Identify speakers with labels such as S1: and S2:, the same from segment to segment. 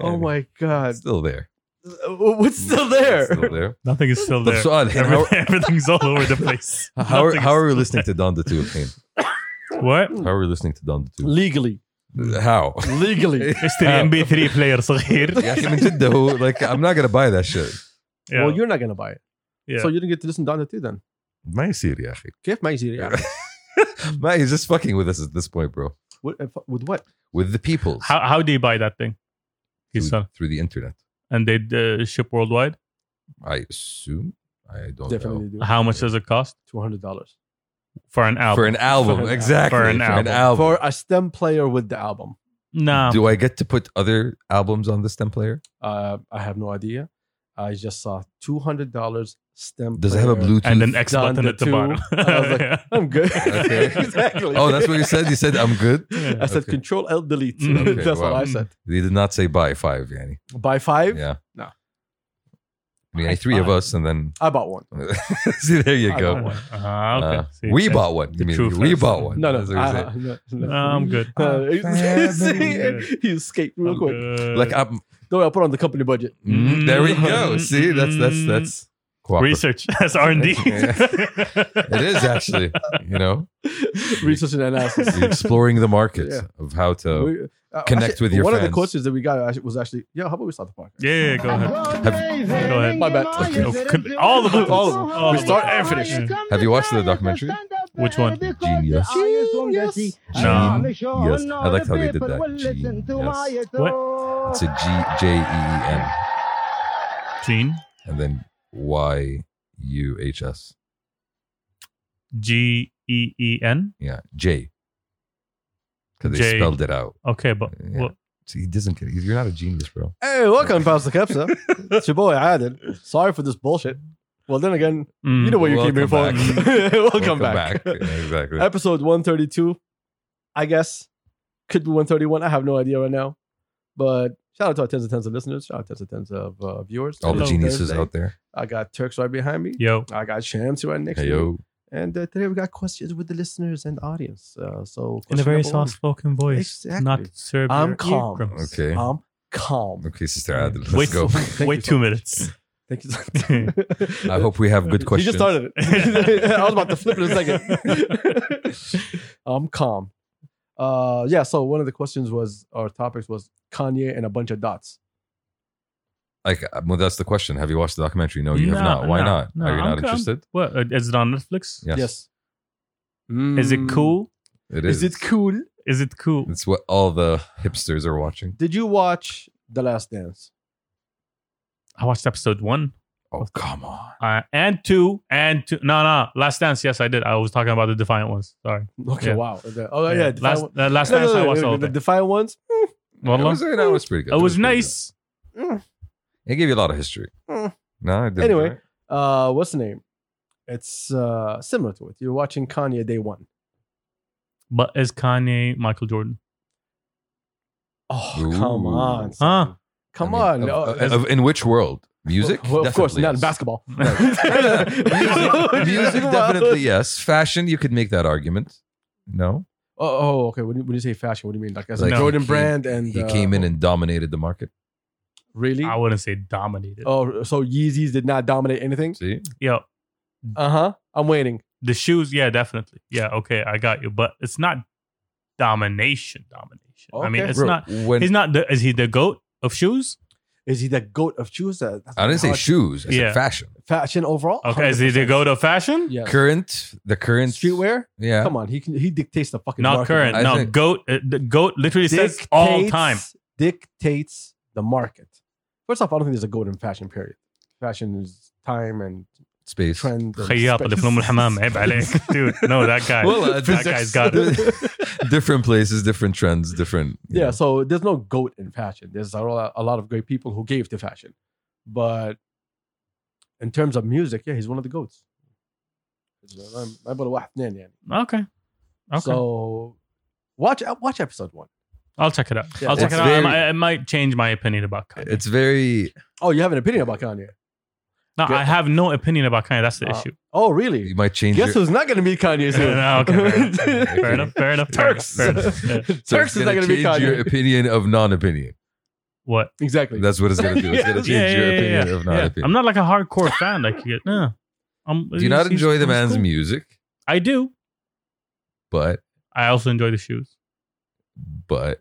S1: oh my god,
S2: Still there.
S1: uh, what's still there?
S2: Mm, It's Still there.
S3: Nothing is still
S2: طب
S3: there.
S2: سؤال الحين how,
S3: Everything, everything's all over the place.
S2: how, are,
S3: Nothing
S2: how
S3: is-
S2: are we listening to Down the Tube? Ian?
S3: What?
S2: How are we listening to Down the Tube?
S1: Legally,
S2: How?
S1: legally.
S3: اشتري ام بي 3 بلاير صغير.
S2: يا أخي من جد هو like I'm not gonna buy that shit.
S3: Yeah.
S1: Well, you're not gonna buy it,
S3: Yeah.
S1: so you didn't get to listen to Donna T then.
S2: ما يصير يا أخي.
S1: كيف ما يصير يعني؟
S2: ما he's just fucking with us at this point, bro.
S1: What- with what?
S2: With the peoples
S3: How, how do you buy that thing? You
S2: through,
S3: sell.
S2: through the internet.
S3: And they uh, ship worldwide?
S2: I assume. I don't
S1: Definitely
S2: know.
S1: do.
S3: How much does it cost
S1: Two hundred dollars
S3: for an album?
S2: For an album,
S1: For an-
S2: exactly.
S3: for an album.
S1: for a stem player with the album.
S3: nah.
S2: Do I get to put other albums on the stem player?
S1: Uh, I have no idea. I just saw two hundred dollars stem.
S2: Does it have a
S1: player.
S2: Bluetooth?
S3: and an X
S1: Down
S3: button
S1: the
S3: at the
S1: two.
S3: bottom.
S1: I was like,
S3: Yeah.
S1: I'm good.
S2: Okay.
S1: exactly.
S2: oh, that's what you said. You said I'm good.
S1: I said
S2: Okay.
S1: Control L Delete.
S3: Mm.
S2: Okay,
S1: that's all
S2: wow.
S1: I said.
S2: They did not say bye five, Yanni.
S1: By five,
S2: Yeah.
S1: No.
S2: I mean, three of us, and then
S1: I bought one.
S2: see, there you
S1: I
S2: go.
S1: bought one.
S3: Ah, okay.
S2: Uh,
S3: See,
S2: we
S3: yeah.
S2: bought one.
S3: the Uh,
S2: You mean
S3: truth
S2: we
S3: hurts.
S2: bought one?
S1: No, no,
S2: That's what you
S1: I,
S2: said.
S1: no, no.
S3: No, I'm good.
S1: Uh,
S2: Family.
S1: see, he escaped real
S3: I'm
S1: quick.
S3: good.
S2: like I'm,
S1: Don't worry, I'll put on the company budget.
S2: mm, there we
S3: mm-hmm.
S2: go. See, that's that's that's cooperative.
S3: research as R and D.
S2: Yeah. It is actually, you know,
S1: Research and analysis.
S2: you're exploring the market
S1: Yeah.
S2: of how to.
S1: We- uh,
S2: Connect
S1: actually,
S2: with your
S1: One of the
S2: fans.
S1: questions that we got actually- was actually, yeah, how about we start the podcast?
S3: Yeah, go ahead. Go ahead.
S1: My bad.
S3: Okay. All the buttons.
S1: All of them.
S3: All
S1: We
S3: of
S1: start
S3: them.
S1: and finish.
S3: Yeah.
S2: Have you watched the documentary?
S3: Which one?
S2: Genius.
S1: Genius.
S3: No.
S4: Yes.
S2: Yes,
S4: I liked how they did that. Genius.
S3: What?
S2: It's a G J E E N,
S3: Gene
S2: and then Y U H S.
S3: G E E N.
S2: Yeah, J. Because they
S3: J.
S2: spelled it out.
S3: Okay, but
S2: Yeah.
S3: what-
S2: See, he doesn't get. You're not a genius, bro.
S1: Hey, welcome, Pastor Kepsa. it's your boy, Adil. Sorry for this bullshit. Well, then again,
S3: Mm.
S1: you know what you came here for.
S2: Welcome
S1: welcome, back.
S2: Yeah, exactly.
S1: Episode 132, I guess. Could be 131. I have no idea right now. But shout out to our tens and tens of listeners. Shout out to tens and tens of uh, viewers.
S2: All the
S1: Hello,
S2: geniuses
S1: Thursday.
S2: out there.
S1: I got Turks right behind me.
S3: Yo,
S1: I got Shams right next
S2: Hey
S1: to me.
S2: yo.
S1: And uh, today we got questions with the listeners and audience. Uh, so
S3: in
S1: question
S3: a very
S1: number one.
S3: soft-spoken voice,
S1: Exactly.
S3: not Serbian.
S1: I'm calm.
S2: Okay.
S1: I'm Um, calm.
S2: Okay, Sister Adil, let's
S3: Wait,
S2: go.
S3: wait
S1: you
S3: two minutes.
S1: Thank you. so-
S2: I hope we have good
S1: You
S2: questions.
S1: just started it. I was about to flip it in a second. I'm calm. Uh, yeah. So one of the questions was, our topics was Kanye and a bunch of dots.
S2: Like, uh, well, that's the question. Have you watched the documentary? No, you
S3: No,
S2: have not. Why
S3: no,
S2: not?
S3: no,
S2: Are you
S3: I'm
S2: not
S3: com-
S2: interested?
S3: What uh, is it on Netflix?
S2: Yes,
S3: Is
S1: Mm.
S3: it cool?
S2: It is.
S1: Is it cool?
S3: Is it cool?
S2: It's what all the hipsters are watching.
S1: Did you watch The Last Dance?
S3: I watched episode one
S2: Oh come on!
S3: uh, and two and two. No, no, Last Dance. Yes, I did. I was talking about the Defiant ones. Sorry.
S1: Okay.
S3: Yeah.
S1: Wow. Okay. Oh yeah. Defiant
S3: last
S1: One-
S3: uh, Last
S1: No, no,
S3: Dance.
S1: no,
S3: I watched
S1: no,
S3: all
S1: the
S3: of it.
S1: Defiant ones.
S2: It was,
S3: Wallah.
S2: that was pretty good.
S3: It
S2: That
S3: was
S2: pretty
S3: nice.
S2: good. It gave you a lot of history.
S1: Mm.
S2: No, it didn't.
S1: Anyway.
S2: right?
S1: Uh, what's the name? It's uh similar to it. You're watching Kanye Day One.
S3: But is Kanye Michael Jordan?
S1: Oh
S2: Ooh.
S1: come on,
S3: Huh?
S1: son. Come
S2: I
S1: on.
S2: mean,
S1: Oh,
S2: of-
S1: it's-
S2: of- in which world? Music?
S1: Well, of course,
S2: Definitely
S1: not in
S2: yes.
S1: basketball.
S2: music, music
S1: Wow.
S2: definitely yes. Fashion, you could make that argument. No,
S1: Oh, oh, okay. When you, when you say fashion, what do you mean? Like, as
S2: Like
S1: a
S3: No.
S1: Jordan
S2: he came-
S1: brand and
S2: he
S1: uh,
S2: came in and dominated the market.
S1: really.
S3: I wouldn't say dominated.
S1: Oh, so Yeezys did not dominate anything.
S2: See,
S3: Yo,
S1: Uh huh. I'm waiting.
S3: the shoes, yeah, definitely. Yeah, okay, I got you. But it's not domination, domination. I mean,
S1: Okay.
S3: it's
S2: Bro,
S3: not.
S2: When
S3: He's not. The, is he the goat of shoes?
S1: Is he the goat of shoes? Uh, that's
S2: I didn't say
S1: hard.
S2: shoes, I
S3: Yeah.
S2: said fashion.
S1: Fashion overall.
S3: Okay, is he the
S1: 100%.
S3: goat of fashion?
S1: Yeah.
S2: Current, the current
S1: Streetwear.
S2: Yeah,
S1: Come on, he can, he dictates the fucking.
S3: Not
S1: market.
S3: current.
S2: I
S3: no,
S2: think-
S3: goat. Uh, the goat literally says all time.
S1: dictates the market. First off, I don't think there's a golden fashion period. Fashion is time and
S2: space.
S1: trend. and
S3: خياط اللي في ام الحمام عيب عليك eh, dude no that guy
S2: Well, uh,
S3: that guy's got it
S2: different places, different trends, different. you
S1: Yeah,
S2: know.
S1: so there's no goat in fashion. There's a lot, a lot of great people who gave to fashion, but in terms of music, yeah, he's one of the goats. ما يبغى واحد اثنين يعني.
S3: okay okay
S1: So watch watch episode one.
S3: I'll check it out
S1: Yeah.
S3: I'll check
S2: It's
S3: it out I
S2: very-
S3: might- it might change my opinion about Kanye
S2: It's very.
S1: Oh, you have an opinion about Kanye?
S3: no I have no opinion about Kanye that's the
S1: Uh,
S3: issue
S1: Oh,
S2: You
S1: really?
S2: might change.
S1: Guess
S2: your,
S1: who's not going to be Kanye soon?
S3: No, Ah, okay, fair enough fair enough fair enough,
S1: Turks.
S3: fair enough. Yeah.
S2: so it's
S1: Turks is not going
S2: gonna
S1: to be
S2: change your
S1: Kanye.
S2: opinion of non-opinion.
S3: What?
S1: Exactly.
S2: That's what it's gonna do. It's gonna
S1: Yeah,
S2: change
S3: yeah,
S2: your
S3: yeah, yeah,
S2: opinion
S3: yeah.
S2: of not
S3: Yeah.
S2: opinion.
S3: I'm not like a hardcore fan. Like, you get, no. I'm,
S2: do you not enjoy the man's
S3: music?
S2: music?
S3: I do.
S2: But
S3: I also enjoy the shoes.
S2: but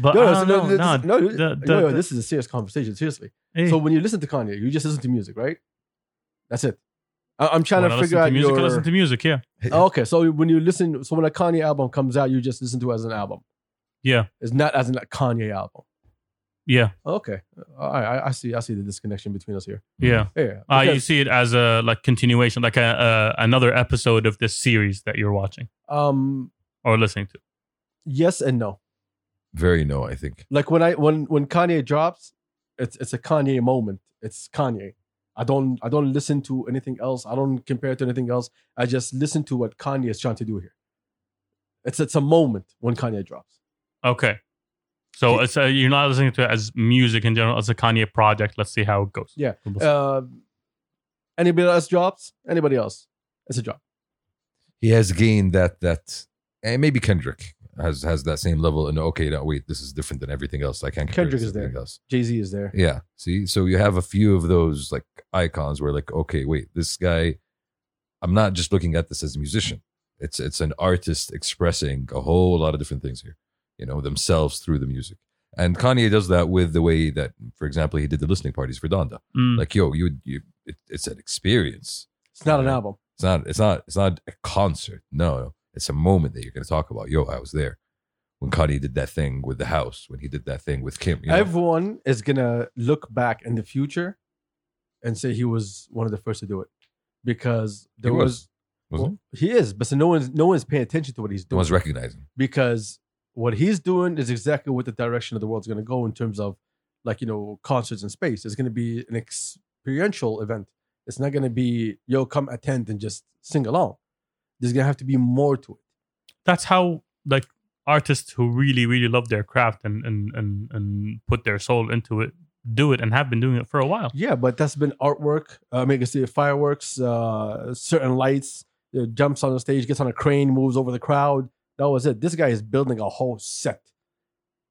S3: But
S1: no, no,
S3: I don't
S1: no,
S3: know.
S1: this,
S3: No,
S1: no,
S3: the- the-
S1: no, no,
S3: the-
S1: this is a serious conversation. Seriously.
S3: hey,
S1: So when you listen to Kanye, you just listen to music, right? That's it. I, I'm trying
S3: when
S1: to
S3: I
S1: figure
S3: listen
S1: out
S3: to music,
S1: your.
S3: I listen to music. Yeah,
S1: Oh, okay, so when you listen, so when a Kanye album comes out, you just listen to it as an album.
S3: yeah,
S1: It's not as a Kanye album.
S3: yeah,
S1: Okay, I, I, I see. I see the disconnection between us here.
S3: yeah.
S1: Yeah,
S3: Uh, you
S1: because,
S3: see it as a like continuation, like a, a another episode of this series that you're watching
S1: um,
S3: or listening to.
S1: yes and no.
S2: very no, I think.
S1: Like when I when when Kanye drops, it's it's a Kanye moment. It's Kanye. I don't I don't listen to anything else. I don't compare it to anything else. I just listen to what Kanye is trying to do here. It's it's a moment when Kanye drops.
S3: Okay, so
S1: Yeah.
S3: it's uh you're not listening to it as music in general, as a Kanye project. Let's see how it goes.
S1: Yeah.
S3: We'll see.
S1: Uh, anybody else drops? Anybody else? It's a drop.
S2: He has gained that that and maybe Kendrick has has that same level and okay, no, wait, this is different than everything else. I can't compare
S1: Kendrick
S2: this
S1: is
S2: to
S1: there.
S2: everything else.
S1: Jay Z is there.
S2: Yeah. See, so you have a few of those like icons where like, okay, wait, this guy, I'm not just looking at this as a musician. It's it's an artist expressing a whole lot of different things here, you know, themselves through the music. And Kanye does that with the way that, for example, he did the listening parties for Donda.
S1: Uh,
S3: Mm.
S2: Like, yo, you you, it, it's an experience.
S1: It's not an
S2: Yeah.
S1: album.
S2: It's not it's not it's not a concert. No, no. It's a moment that you're going to talk about. Yo, I was there when Kanye did that thing with the house. When he did that thing with Kim. You know?
S1: Everyone is gonna look back in the future and say he was one of the first to do it because there
S2: was,
S1: was,
S2: wasn't
S1: well, he is, but so no one's no one's paying attention to what he's
S2: he? No
S1: doing
S2: one's recognizing.
S1: because what he's doing is exactly what the direction of the world's gonna go in terms of like you know concerts in space. It's gonna be an experiential event. It's not gonna be yo come attend and just sing along. There's gonna have to be more to it.
S3: that's how like artists who really really love their craft and and and, and put their soul into it do it and have been doing it for a while.
S1: Yeah, but that's been artwork. Uh, I mean, you can see fireworks, uh, certain lights, uh, jumps on the stage, gets on a crane, moves over the crowd. That was it. This guy is building a whole set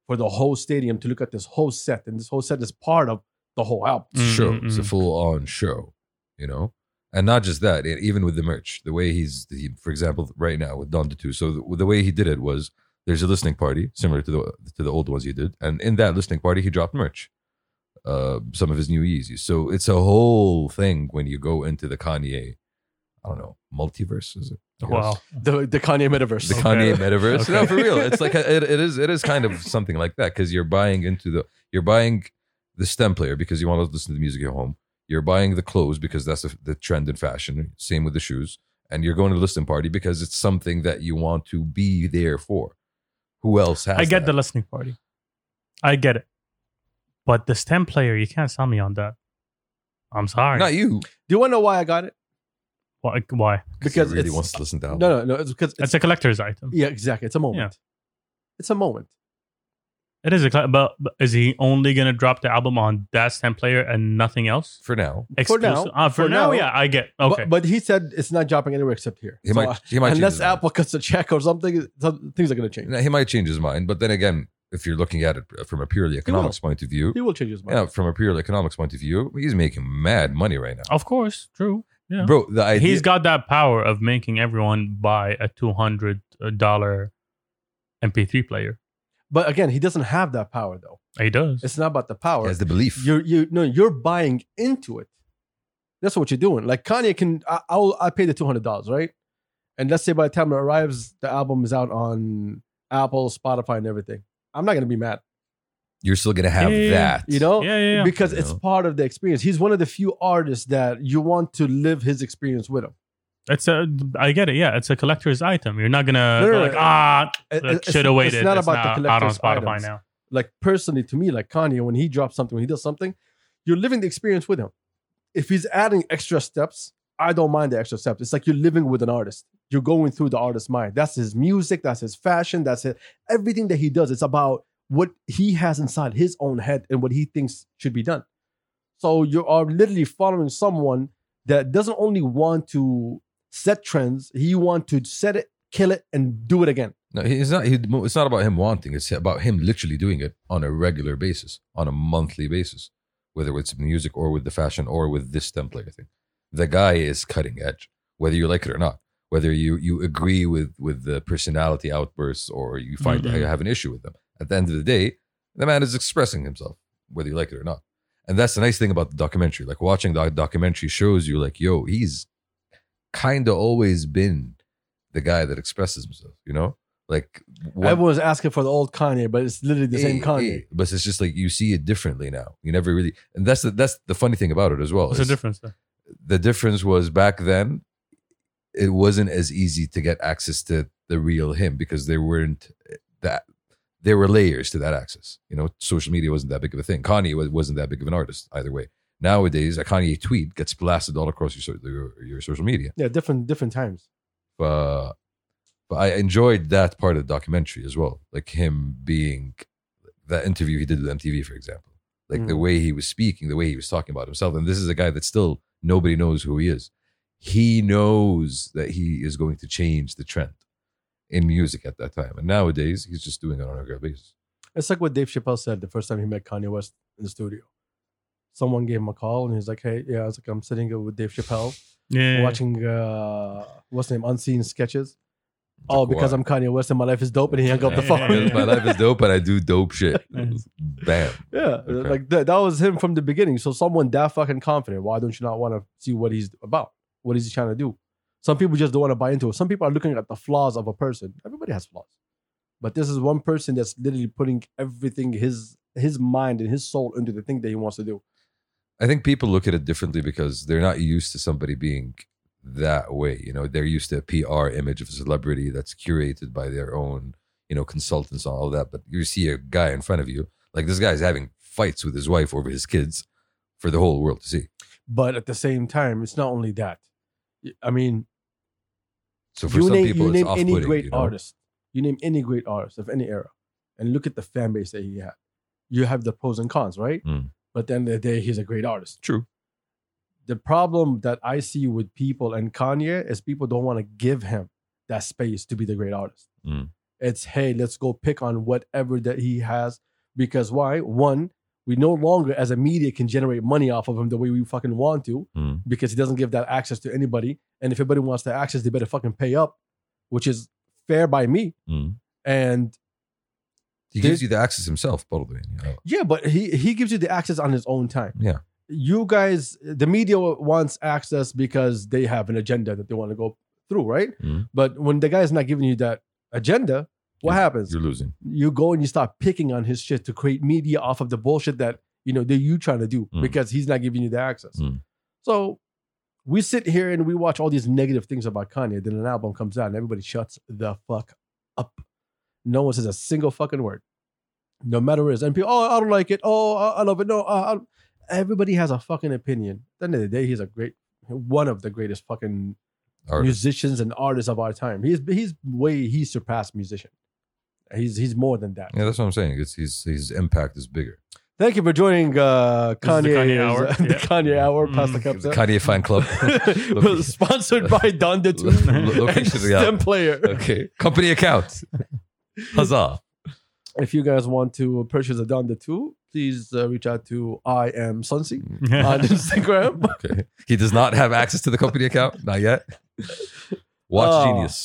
S1: for the whole stadium to look at this whole set, and this whole set is part of the whole album.
S3: Mm,
S2: show.
S3: mm,
S2: It's a
S3: mm.
S2: full on show, you know? And not just that, e- even with the merch, the way he's, he, for example, right now with Donda 2. So the, the way he did it was there's a listening party similar to the to the old ones he did. And in that listening party, he dropped merch, uh, some of his new Yeezys. So it's a whole thing when you go into the Kanye, I don't know, multiverse, is it? I guess.
S3: Wow.
S1: The the Kanye metaverse.
S2: The
S3: Okay.
S2: Kanye metaverse.
S3: Okay.
S2: No, for real. It's like a, it, it is it is kind of something like that because you're buying into the you're buying the stem player because you want to listen to the music at home. You're buying the clothes because that's the the trend in fashion. Same with the shoes, and you're going to the listening party because it's something that you want to be there for. Who else has?
S3: I get the
S2: that?
S3: listening party. I get it. But the stem player, you can't sell me on that. I'm sorry.
S2: not you
S1: Do you want to know why I got it?
S3: why, why?
S1: Because
S2: he really
S1: it's-
S2: wants to listen to.
S1: No,
S2: Album.
S1: no, no. It's because it's,
S3: It's a collector's item.
S1: yeah, exactly. It's a moment. It's a moment.
S3: It is a colle- but, but is he only going to drop the album on that stem player and nothing else?
S2: For now,
S1: For now.
S3: Exclusive- Ah, for,
S1: For
S3: now,
S1: now.
S3: yeah, I get.
S1: But-
S3: Okay.
S1: But, he said it's not dropping anywhere except here.
S2: he
S1: So, uh,
S2: might he might change
S1: unless
S2: his mind.
S1: Apple cuts a check or something, some- things are going to change.
S2: Now, he might change his mind. But then again, if you're looking at it from a purely economics point of view,
S1: He will change his mind.
S2: yeah, from a purely economics point of view, he's making mad money right now.
S3: of course, true. Oh, Yeah.
S2: bro the idea
S3: He's got that power of making everyone buy a uh, $200 MP3 player.
S1: But again, he doesn't have that power though.
S3: He does.
S1: It's not about the
S2: he
S1: power.
S2: has the belief
S1: you're you no, you're buying into it. That's what you're doing. Like Kanye can, I, I'll I pay the two hundred dollars, right? And let's say by the time it arrives, the album is out on Apple, Spotify, and everything. I'm not gonna be mad,
S2: you're still gonna have
S3: Yeah, yeah, yeah.
S2: that
S1: you know,
S3: yeah, yeah, yeah.
S1: because
S2: You
S1: it's
S2: know.
S1: part of the experience. He's one of the few artists that you want to live his experience with him.
S3: It's a, I get it. Yeah, it's a collector's item. You're not gonna
S1: No,
S3: go
S1: no,
S3: like
S1: no.
S3: ah,
S1: It- it's-
S3: should have waited.
S1: It's not about the
S3: out on
S1: collector's
S3: Spotify
S1: items.
S3: now.
S1: Like personally, to me, like Kanye, when he drops something, when he does something, you're living the experience with him. If he's adding extra steps, I don't mind the extra steps. It's like you're living with an artist. You're going through the artist's mind. That's his music. That's his fashion. That's it. Everything that he does, it's about what he has inside his own head and what he thinks should be done. So you are literally following someone that doesn't only want to set trends. He want to set it kill it, and do it again.
S2: No, he- it's not. He, it's not about him wanting. It's about him literally doing it on a regular basis, on a monthly basis, whether it's music or with the fashion or with this template. I think the guy is cutting edge, whether you like it or not, whether you you agree with with the personality outbursts or you find
S3: Mhm.
S2: you have an issue with them. At the end of the day, the man is expressing himself, whether you like it or not. And that's the nice thing about the documentary. Like watching the documentary shows you, like, yo, he's kind of always been the guy that expresses himself. You know, like what-
S1: Everyone's asking for the old Kanye, but it's literally the same
S2: Eh,
S1: Kanye.
S2: eh, But it's just like you see it differently now. You never really, and that's the, that's the funny thing about it as well.
S3: What's the
S2: is
S3: difference? Though?
S2: The difference was back then, it wasn't as easy to get access to the real him because there weren't eh, that there were layers to that access. You know, social media wasn't that big of a thing. Kanye wa- wasn't that big of an artist either way. Nowadays, a Kanye tweet gets blasted all across your so- your, your social media.
S1: Yeah, different different times.
S2: But Uh, but I enjoyed that part of the documentary as well, like him being that interview he did with MTV, for example, like the
S1: Mm.
S2: way he was speaking, the way he was talking about himself, and this is a guy that still nobody knows who he is. He knows that he is going to change the trend in music at that time, and nowadays he's just doing it on a regular basis.
S1: It's like what Dave Chappelle said the first time he met Kanye West in the studio. Someone gave him a call and he's like, "Hey, yeah, I was like, I'm sitting here with Dave Chappelle
S3: Yeah,
S1: watching uh, what's the name, unseen sketches. oh,
S2: like,
S1: because
S2: why?
S1: I'm Kanye West and my life is dope, and he hung up the phone.
S3: Yeah.
S2: My life is dope, and I do dope shit.
S3: Nice.
S2: Bam.
S1: Yeah, uh,
S2: Okay.
S1: like that, that was him from the beginning. So someone that fucking confident, why don't you not want to see what he's about? What is he trying to do? Some people just don't want to buy into it. Some people are looking at the flaws of a person. Everybody has flaws, but this is one person that's literally putting everything his his mind and his soul into the thing that he wants to do.
S2: I think people look at it differently because they're not used to somebody being that way. You know, they're used to a PR image of a celebrity that's curated by their own, you know, consultants and all that. But you see a guy in front of you, like this guy's having fights with his wife over his kids for the whole world to see.
S1: But at the same time, it's not only that. I mean,
S2: So for
S1: you
S2: some
S1: name,
S2: people,
S1: you
S2: it's
S1: name
S2: off
S1: any great
S2: you know?
S1: artist, you name any great artist of any era, and look at the fan base that he had. You have the pros and cons, right?
S2: Mm.
S1: But at the end of the day, he's a great artist.
S2: True.
S1: the problem that I see with people and Kanye is people don't want to give him that space to be the great artist.
S2: Mm.
S1: It's hey, let's go pick on whatever that he has because why? One, we no longer as a media can generate money off of him the way we fucking want to
S2: Mm.
S1: because he doesn't give that access to anybody. And if anybody wants that access, they better fucking pay up, which is fair by me.
S2: Mm.
S1: And
S2: He
S1: Did-
S2: gives you the access himself, by the way. you know.
S1: yeah, but he he gives you the access on his own time.
S2: Yeah.
S1: you guys the media wants access because they have an agenda that they want to go through right
S2: Mhm.
S1: but when the guy's not giving you that agenda what
S2: Yeah,
S1: happens
S2: You're losing.
S1: you go and you start picking on his shit to create media off of the bullshit that you know that you trying to do
S2: Mm.
S1: because he's not giving you the access
S2: Mm.
S1: so we sit here and we watch all these negative things about kanye then an album comes out and everybody shuts the fuck up no one says a single fucking word no matter what it is and people oh i don't like it oh i, I love it no I, I, everybody has a fucking opinion at the end of the day he's a great one of the greatest fucking
S2: Artist.
S1: musicians and artists of our time he's he's way he surpassed musician he's he's more than that
S2: Yeah, that's what I'm saying. It's his his impact is bigger.
S1: Thank you for joining uh,
S3: This is
S1: Kanye.
S3: the Kanye Hour.
S1: the
S3: Yeah.
S1: Kanye Hour.
S3: Mm.
S1: Pass the
S2: It was
S1: cups.
S2: a Mm-hmm. Kanye fan club.
S1: up. was sponsored by Don the Tooth
S2: Look- look
S1: and
S2: into the
S1: STEM
S2: album.
S1: Player.
S2: okay, company account. Huzzah.
S1: If you guys want to purchase a Don the Two, please uh, reach out to I am Sunsy on Instagram.
S2: Okay. He does not have access to the company account. Not yet. Watch
S1: Oh.
S2: Genius.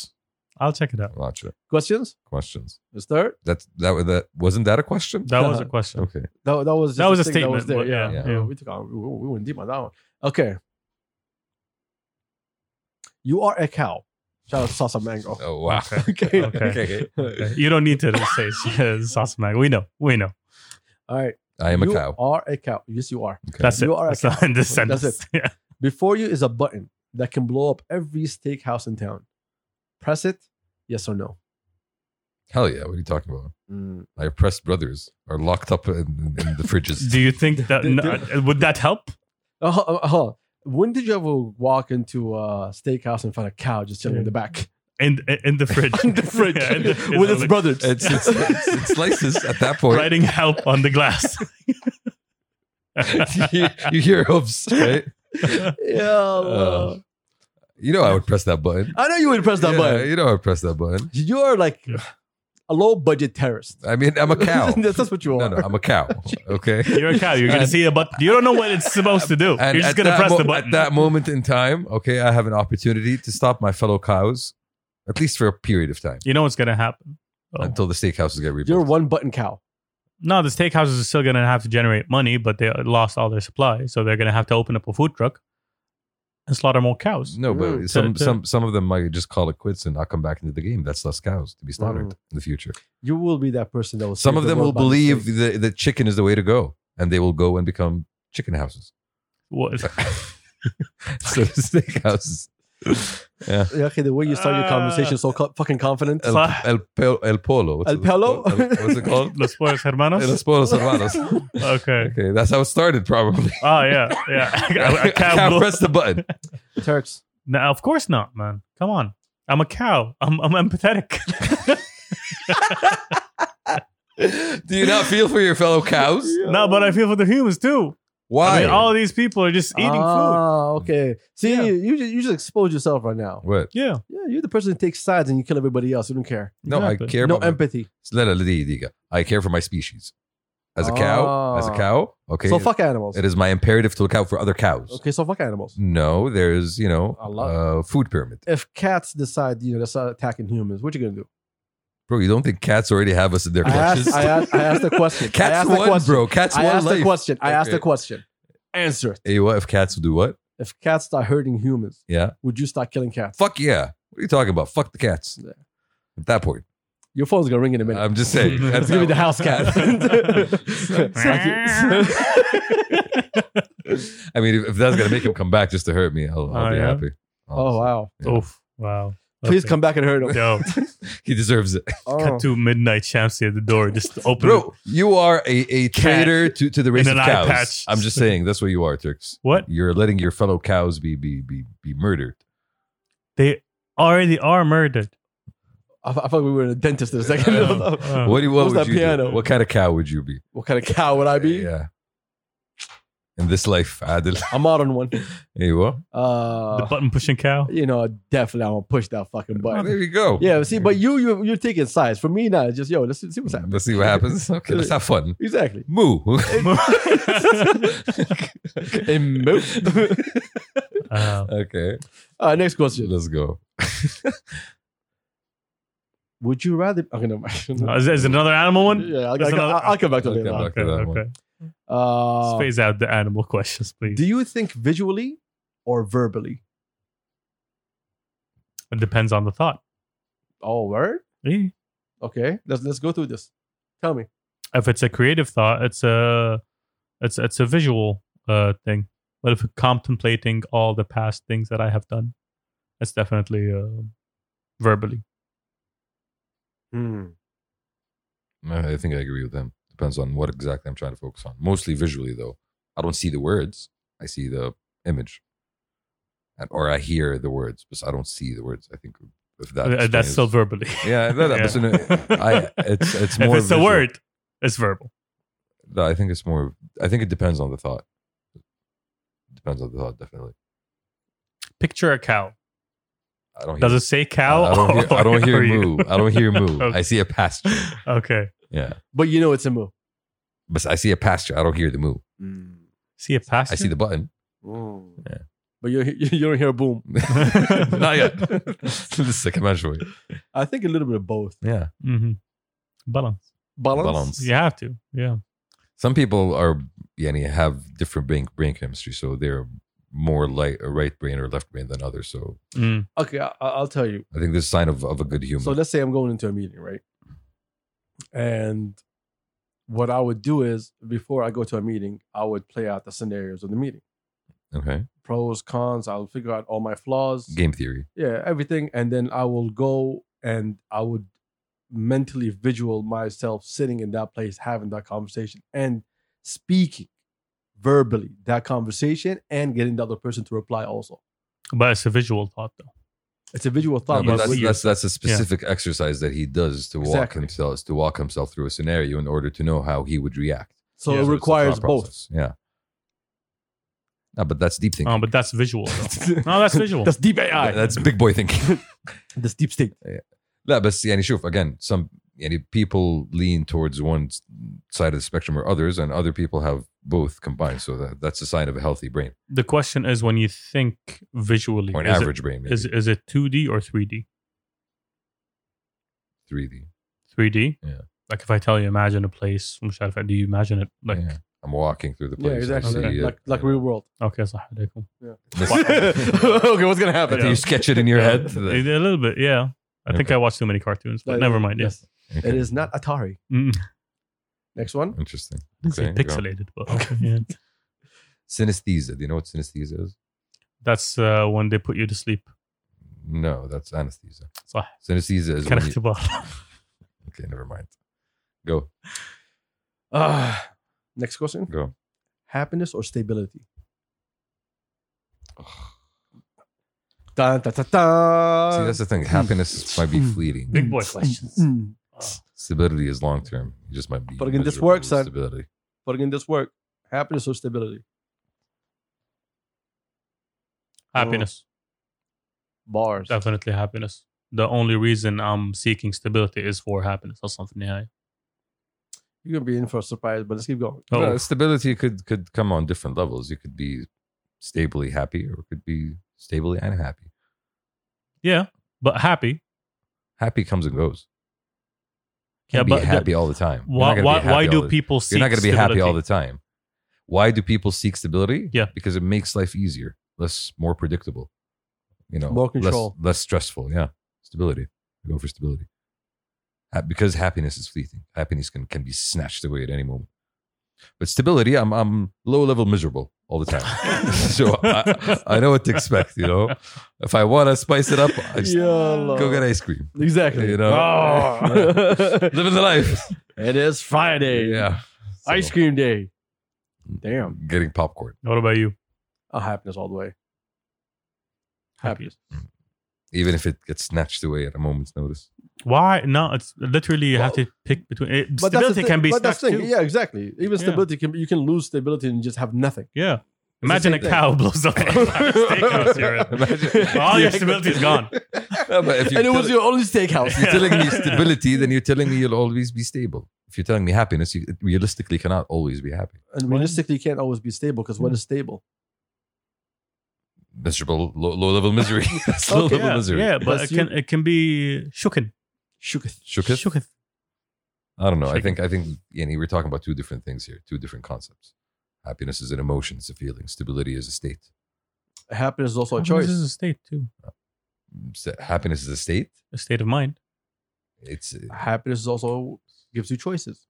S3: I'll check it out.
S2: Watch it.
S1: Questions?
S2: Questions.
S1: Let's start.
S2: That's that was that wasn't that a question?
S3: That
S1: Uh-huh.
S3: was a question.
S2: Okay.
S1: That, that was just
S3: That was a
S1: thing
S3: statement, but
S1: yeah,
S3: yeah,
S1: yeah.
S3: yeah.
S1: We took on, we, we went deep on that one. Okay. You are a cow. Shout out to Salsa Mango.
S2: Oh wow.
S1: Okay.
S3: Okay.
S2: Okay.
S3: You don't need to say sauce mag. We know. We know.
S1: All right.
S2: I am a
S1: you
S2: cow.
S1: are a cow. Yes, you are.
S2: Okay.
S3: That's it.
S1: You are a
S3: That's not in this
S1: That's
S3: sentence. Yeah.
S1: Before you is a button that can blow up every steakhouse in town. Press it, yes or no. Mm.
S2: hell yeah. What are you talking about? My oppressed brothers are locked up in, in, in the fridges.
S3: Do you think that
S1: Do-
S3: no,
S1: do-
S3: would that help?
S1: Oh, oh, oh. When did you ever walk into a steakhouse and find a cow just chilling in the back?
S3: In in the fridge.
S1: in the fridge
S3: Yeah, in the- in
S1: with
S3: the-
S1: its brothers.
S2: It's it's, it's, it's slices at that point.
S3: writing help on the glass.
S2: you, you hear hooves, right?
S1: yeah. Allah.
S2: You know, I would press that button.
S1: I know you would press that
S2: uh, Yeah,
S1: button.
S2: You know, I would press that button.
S1: You are like a low budget terrorist.
S2: I mean, I'm a cow.
S1: that's, that's what you
S2: no,
S1: are.
S2: no, I'm a cow. Okay.
S3: You're a cow. You're gonna see a button. You don't know what it's supposed to do. You're
S2: at
S3: just gonna
S2: that
S3: press
S2: mo-
S3: the button.
S2: At that moment in time, okay, I have an opportunity to stop my fellow cows, at least for a period of time,
S3: you know what's gonna happen. Oh.
S2: until the steakhouses get
S1: You're
S2: rebuilt.
S1: one button cow.
S3: No, the steakhouses are still going to have to generate money, but they lost all their supply, so they're going to have to open up a food truck and slaughter more cows.
S2: no, but
S1: Mm.
S2: some
S3: To- to-
S2: some some of them might just call it quits and not come back into the game. That's less cows to be slaughtered
S1: Mm.
S2: in the future.
S1: You will be that person that will.
S2: Some
S1: save
S2: of
S1: the
S2: them will
S1: world by
S2: believe
S1: mistake.
S2: that, that chicken is the way to go, and they will go and become chicken houses.
S3: What?
S2: so the steakhouses. Yeah.
S1: Yeah, okay, the way you start your
S3: Ah.
S1: conversation so co- fucking confident.
S2: El, el, Pel- el Polo. What's
S1: El
S2: it-
S1: Polo?
S2: What's it called?
S3: Los Pobres Hermanos?
S2: Los Polos Hermanos.
S3: Okay.
S2: Okay, that's how it started, probably.
S3: Oh, yeah. Yeah.
S2: I
S3: a cow
S2: can't
S3: blew-
S2: press the button.
S1: Turks.
S3: No, of course not, man. Come on. I'm a cow. I'm, I'm empathetic.
S2: Do you not feel for your fellow cows?
S3: no, but I feel for the humans too. I
S2: Why?
S3: mean, all these people are just eating food.
S1: Ah, okay. See,
S3: Yeah.
S1: you, you, just, you just expose yourself right now.
S2: what?
S3: Yeah.
S1: Yeah, you're the person that takes sides and you kill everybody else. You don't care.
S2: No, I
S3: exactly.
S2: care
S1: no
S2: about my-
S1: empathy.
S2: No, no, دقيقة- دقيقة. I care for my species. As a cow, as a
S1: Ah.
S2: cow, okay.
S1: So fuck animals.
S2: it is my imperative to look out for other cows.
S1: Okay, so fuck animals.
S2: No, there's, you know,
S1: A lot.
S2: uh, food pyramid.
S1: If cats decide, you know, they start attacking humans, what you gonna do?
S2: Bro, you don't think cats already have us in their
S1: I
S2: clutches?
S1: asked, I asked, I asked the question. I
S2: cats
S1: asked the
S2: won,
S1: question.
S2: bro. Cats
S1: I
S2: won
S1: asked
S2: life.
S1: the question. I asked the
S2: Okay.
S1: question. Answer it.
S2: Hey, what if cats do what?
S1: If cats start hurting humans,
S2: Yeah.
S1: would you start killing cats?
S2: Fuck yeah. What are you talking about? Fuck the cats.
S1: Yeah.
S2: At that point.
S1: Your phone's gonna ring in a minute.
S2: I'm just saying.
S1: It's gonna be the house cat.
S2: I mean, if, if that's gonna make him come back just to hurt me, I'll, I'll
S3: Oh,
S2: be
S3: yeah?
S2: happy.
S1: oh wow!
S2: Yeah.
S3: Oof. Wow.
S1: Please come back and hurt him.
S3: Yo,
S2: he deserves it,
S1: Oh.
S3: cut to midnight Shamsi at the door. Just open it.
S2: bro. You are a, a
S3: Cat
S2: traitor to, to the race
S3: in
S2: of
S3: an eye
S2: cows.
S3: patch.
S2: I'm just saying that's what you are, Turks.
S3: What?
S2: You're letting your fellow cows be be be, be murdered.
S3: They already are murdered.
S1: I, thought- I thought we were in a dentist in a second.
S3: Oh, oh.
S2: What do you,
S1: What
S2: what
S1: was
S2: would
S1: that
S2: you do?
S1: piano?
S2: What kind of cow would you be?
S1: What kind of cow would I be?
S2: Yeah. In this life, Adil.
S1: A modern one.
S2: Hey, what?
S3: the
S1: Uh,
S3: button pushing cow?
S1: you know, definitely I'm gonna push that fucking button.
S2: Oh, there you go.
S1: Yeah, see, but you you you're taking sides. For me now, it's just yo, let's see what's happening.
S2: let's see what happens. Okay, let's have fun.
S1: Exactly.
S2: Moo.
S1: And move.
S3: Uh,
S2: okay,
S1: uh, next question.
S2: let's go.
S1: Would you rather? Okay, no, no.
S3: is, is it another animal one?
S1: Yeah, I'll,
S3: There's
S1: I'll,
S3: another-
S1: I'll, I'll come back to
S2: I'll
S1: it
S2: come
S1: later.
S2: back.
S3: Okay,
S2: to that one.
S3: okay.
S1: Uh,
S3: Space out the animal questions, please.
S1: do you think visually or verbally?
S3: it depends on the thought.
S1: Oh, word.
S3: Eh?
S1: Okay, let's let's go through this. Tell me.
S3: If it's a creative thought, it's a it's it's a visual uh, thing. But if contemplating all the past things that I have done, that's definitely uh, verbally.
S2: Uh, I think I agree with them. Depends on what exactly I'm trying to focus on. Mostly visually, though. I don't see the words. I see the image, and, or I hear the words, but I don't see the words. I think if that
S3: Uh, that's
S2: explains-
S3: still verbally.
S2: yeah. No, no,
S3: Yeah.
S2: but, you know, I, it's it's
S3: if
S2: more.
S3: it's a
S2: visual.
S3: word, it's verbal.
S2: No, I think it's more. I think it depends on the thought. Depends on the thought, definitely.
S3: Picture a cow.
S2: I don't.
S3: Does
S2: hear,
S3: it say cow?
S2: I don't hear, I don't hear
S3: Or you-
S2: moo. I don't hear moo.
S3: Okay.
S2: I see a pasture.
S3: Okay.
S2: Yeah,
S1: But you know it's a move.
S2: but I see a pasture. I don't hear the moo.
S3: See a past.
S2: I see the button. Yeah.
S1: But you you don't hear a boom.
S2: Not yet. this is a commercial.
S1: I think a little bit of both.
S2: Yeah.
S3: hmm balance.
S1: Balance.
S2: Balance.
S3: You have to. Yeah.
S2: Some people are yani have different brain brain chemistry, so they're more like a right brain or left brain than others. So
S3: Mm.
S1: Okay, I, I- I'll tell you.
S2: I think this is a sign of, of a good human.
S1: So let's say I'm going into a meeting, right? And what I would do is before I go to a meeting, I would play out the scenarios of the meeting,
S2: okay.
S1: pros, cons. I'll figure out all my flaws.
S2: Game theory.
S1: yeah everything and then i will go and i would mentally visual myself sitting in that place having that conversation and speaking verbally that conversation and getting the other person to reply also
S3: But it's a visual thought, though.
S1: it's a visual
S2: No,
S1: thought
S2: but
S3: yeah,
S2: that's,
S3: we-
S2: that's that's a specific exercise that he does to walk
S1: Exactly.
S2: himself to walk himself through a scenario in order to know how he would react.
S1: so it
S2: So
S3: Yeah, so it's a
S2: it's a
S1: requires
S2: thought
S1: both
S2: process. Yeah. No, but that's deep thinking.
S3: Oh, but that's visual. though. no, that's visual.
S1: That's deep AI.
S2: that's big boy thinking.
S1: That's deep state.
S2: لا بس يعني شوف again some يعني people lean towards one s- side of the spectrum or others and other people have both combined so that, that's a sign of a healthy brain
S3: the question is when you think visually,
S2: or an
S3: is,
S2: average brain
S3: it,
S2: maybe.
S3: is, is it 2D or 3D?
S2: 3D
S3: 3D?
S2: Yeah.
S3: Like if I tell you, imagine a place, مش عارف, do you imagine it? Like,
S2: yeah. I'm walking through the
S1: Yeah,
S2: place
S1: exactly.
S2: I see
S1: Like,
S2: it.
S1: like real world.
S3: okay, صح عليكم.
S1: okay, what's gonna happen?
S2: Do you sketch it in your
S3: Yeah.
S2: head
S3: A little bit, yeah. I think
S2: Okay.
S3: I watched too many cartoons, but
S1: Like,
S3: never mind. Yes.
S1: Yes,
S2: Okay.
S1: it is not Atari.
S3: Mm.
S1: Next one.
S2: interesting
S3: Didn't say
S2: Okay, go.
S3: pixelated, but okay. yeah.
S2: synesthesia do you know what synesthesia is
S3: That's uh, when they put you to sleep.
S2: no that's anesthesia
S3: صح.
S2: synesthesia is when
S3: كان
S2: you,
S3: اختبار.
S2: okay never mind go
S1: Ah, next question.
S2: go
S1: Happiness or stability? Dun, dun, dun, dun.
S2: see that's the thing happiness might be fleeting
S3: Big boy questions.
S1: Mm.
S2: stability is long term you just might be
S1: But again, this
S2: miserable
S1: works,
S2: with
S1: son.
S2: stability
S1: But again, this work. Happiness or stability?
S3: happiness.
S1: Bars.
S3: Definitely happiness. The only reason I'm seeking stability is for happiness. That's something yeah.
S1: You're gonna be in for a surprise, but let's keep going.
S3: Oh,
S2: Well, stability could could come on different levels. You could be stably happy, or it could be stably unhappy.
S3: yeah, but happy.
S2: Happy comes and goes.
S3: Yeah,
S2: Can't
S3: but
S2: be
S3: the-
S2: happy all the time. You're not
S3: Why,
S2: gonna be
S3: why,
S2: happy
S3: why
S2: all
S3: do
S2: the-
S3: people seek
S2: You're not going to be happy all
S3: stability?
S2: the time. Why do people seek stability?
S3: Yeah.
S2: because it makes life easier, less more predictable. You know,
S1: More
S2: less-
S1: control.
S2: less, stressful. Yeah, stability. I go for stability Ha- because happiness is fleeting. Happiness can can be snatched away at any moment. But stability, I'm I'm low level miserable all the time. so I, I know what to expect. You know, if I want to spice it up, I just
S1: Yalla.
S2: go get ice cream.
S1: Exactly.
S2: You know?
S1: Oh.
S2: Living the life.
S1: it is Friday.
S2: yeah, So,
S1: Ice cream day. Damn.
S2: Getting popcorn,
S3: What about you?
S1: Oh, happiness all the way. Happiness.
S2: even if it gets snatched away at a moment's notice.
S3: Why? No, it's literally you have to pick between. It,
S1: the
S3: stability
S1: thing-
S3: can be
S1: but that's the
S3: snatched
S1: thing.
S3: too.
S1: Yeah, exactly. Even
S3: Yeah.
S1: stability can be, you can lose stability and just have nothing.
S3: Yeah. Imagine a
S1: same thing.
S3: cow blows up. a steakhouse you're at.
S2: Imagine-
S3: All your
S1: Yeah.
S3: stability is gone.
S2: No, but if you're
S1: and it was
S2: telling-
S1: your only steakhouse.
S2: if you're telling me stability, then you're telling me you'll always be stable. If you're telling me happiness, you it realistically cannot always be happy.
S1: And realistically, you can't always be stable because what is stable?
S2: Miserable, low, low level misery. That's low
S1: Okay,
S2: level
S3: Yeah,
S2: misery.
S3: yeah, but
S1: That's
S3: it can it can be shooken.
S1: Shuketh.
S2: Shook it?
S1: Oh,
S3: Shuketh.
S2: I don't know. I
S3: Shook
S2: think I think Yanni, we're talking about two different things here, two different concepts. Happiness is an emotion, it's a feeling. Stability is a state.
S1: Happiness is also a
S3: Happiness
S1: choice.
S3: is a state too.
S2: S- Happiness is a state.
S3: A state of mind.
S2: It's uh,
S1: Happiness is also gives you choices.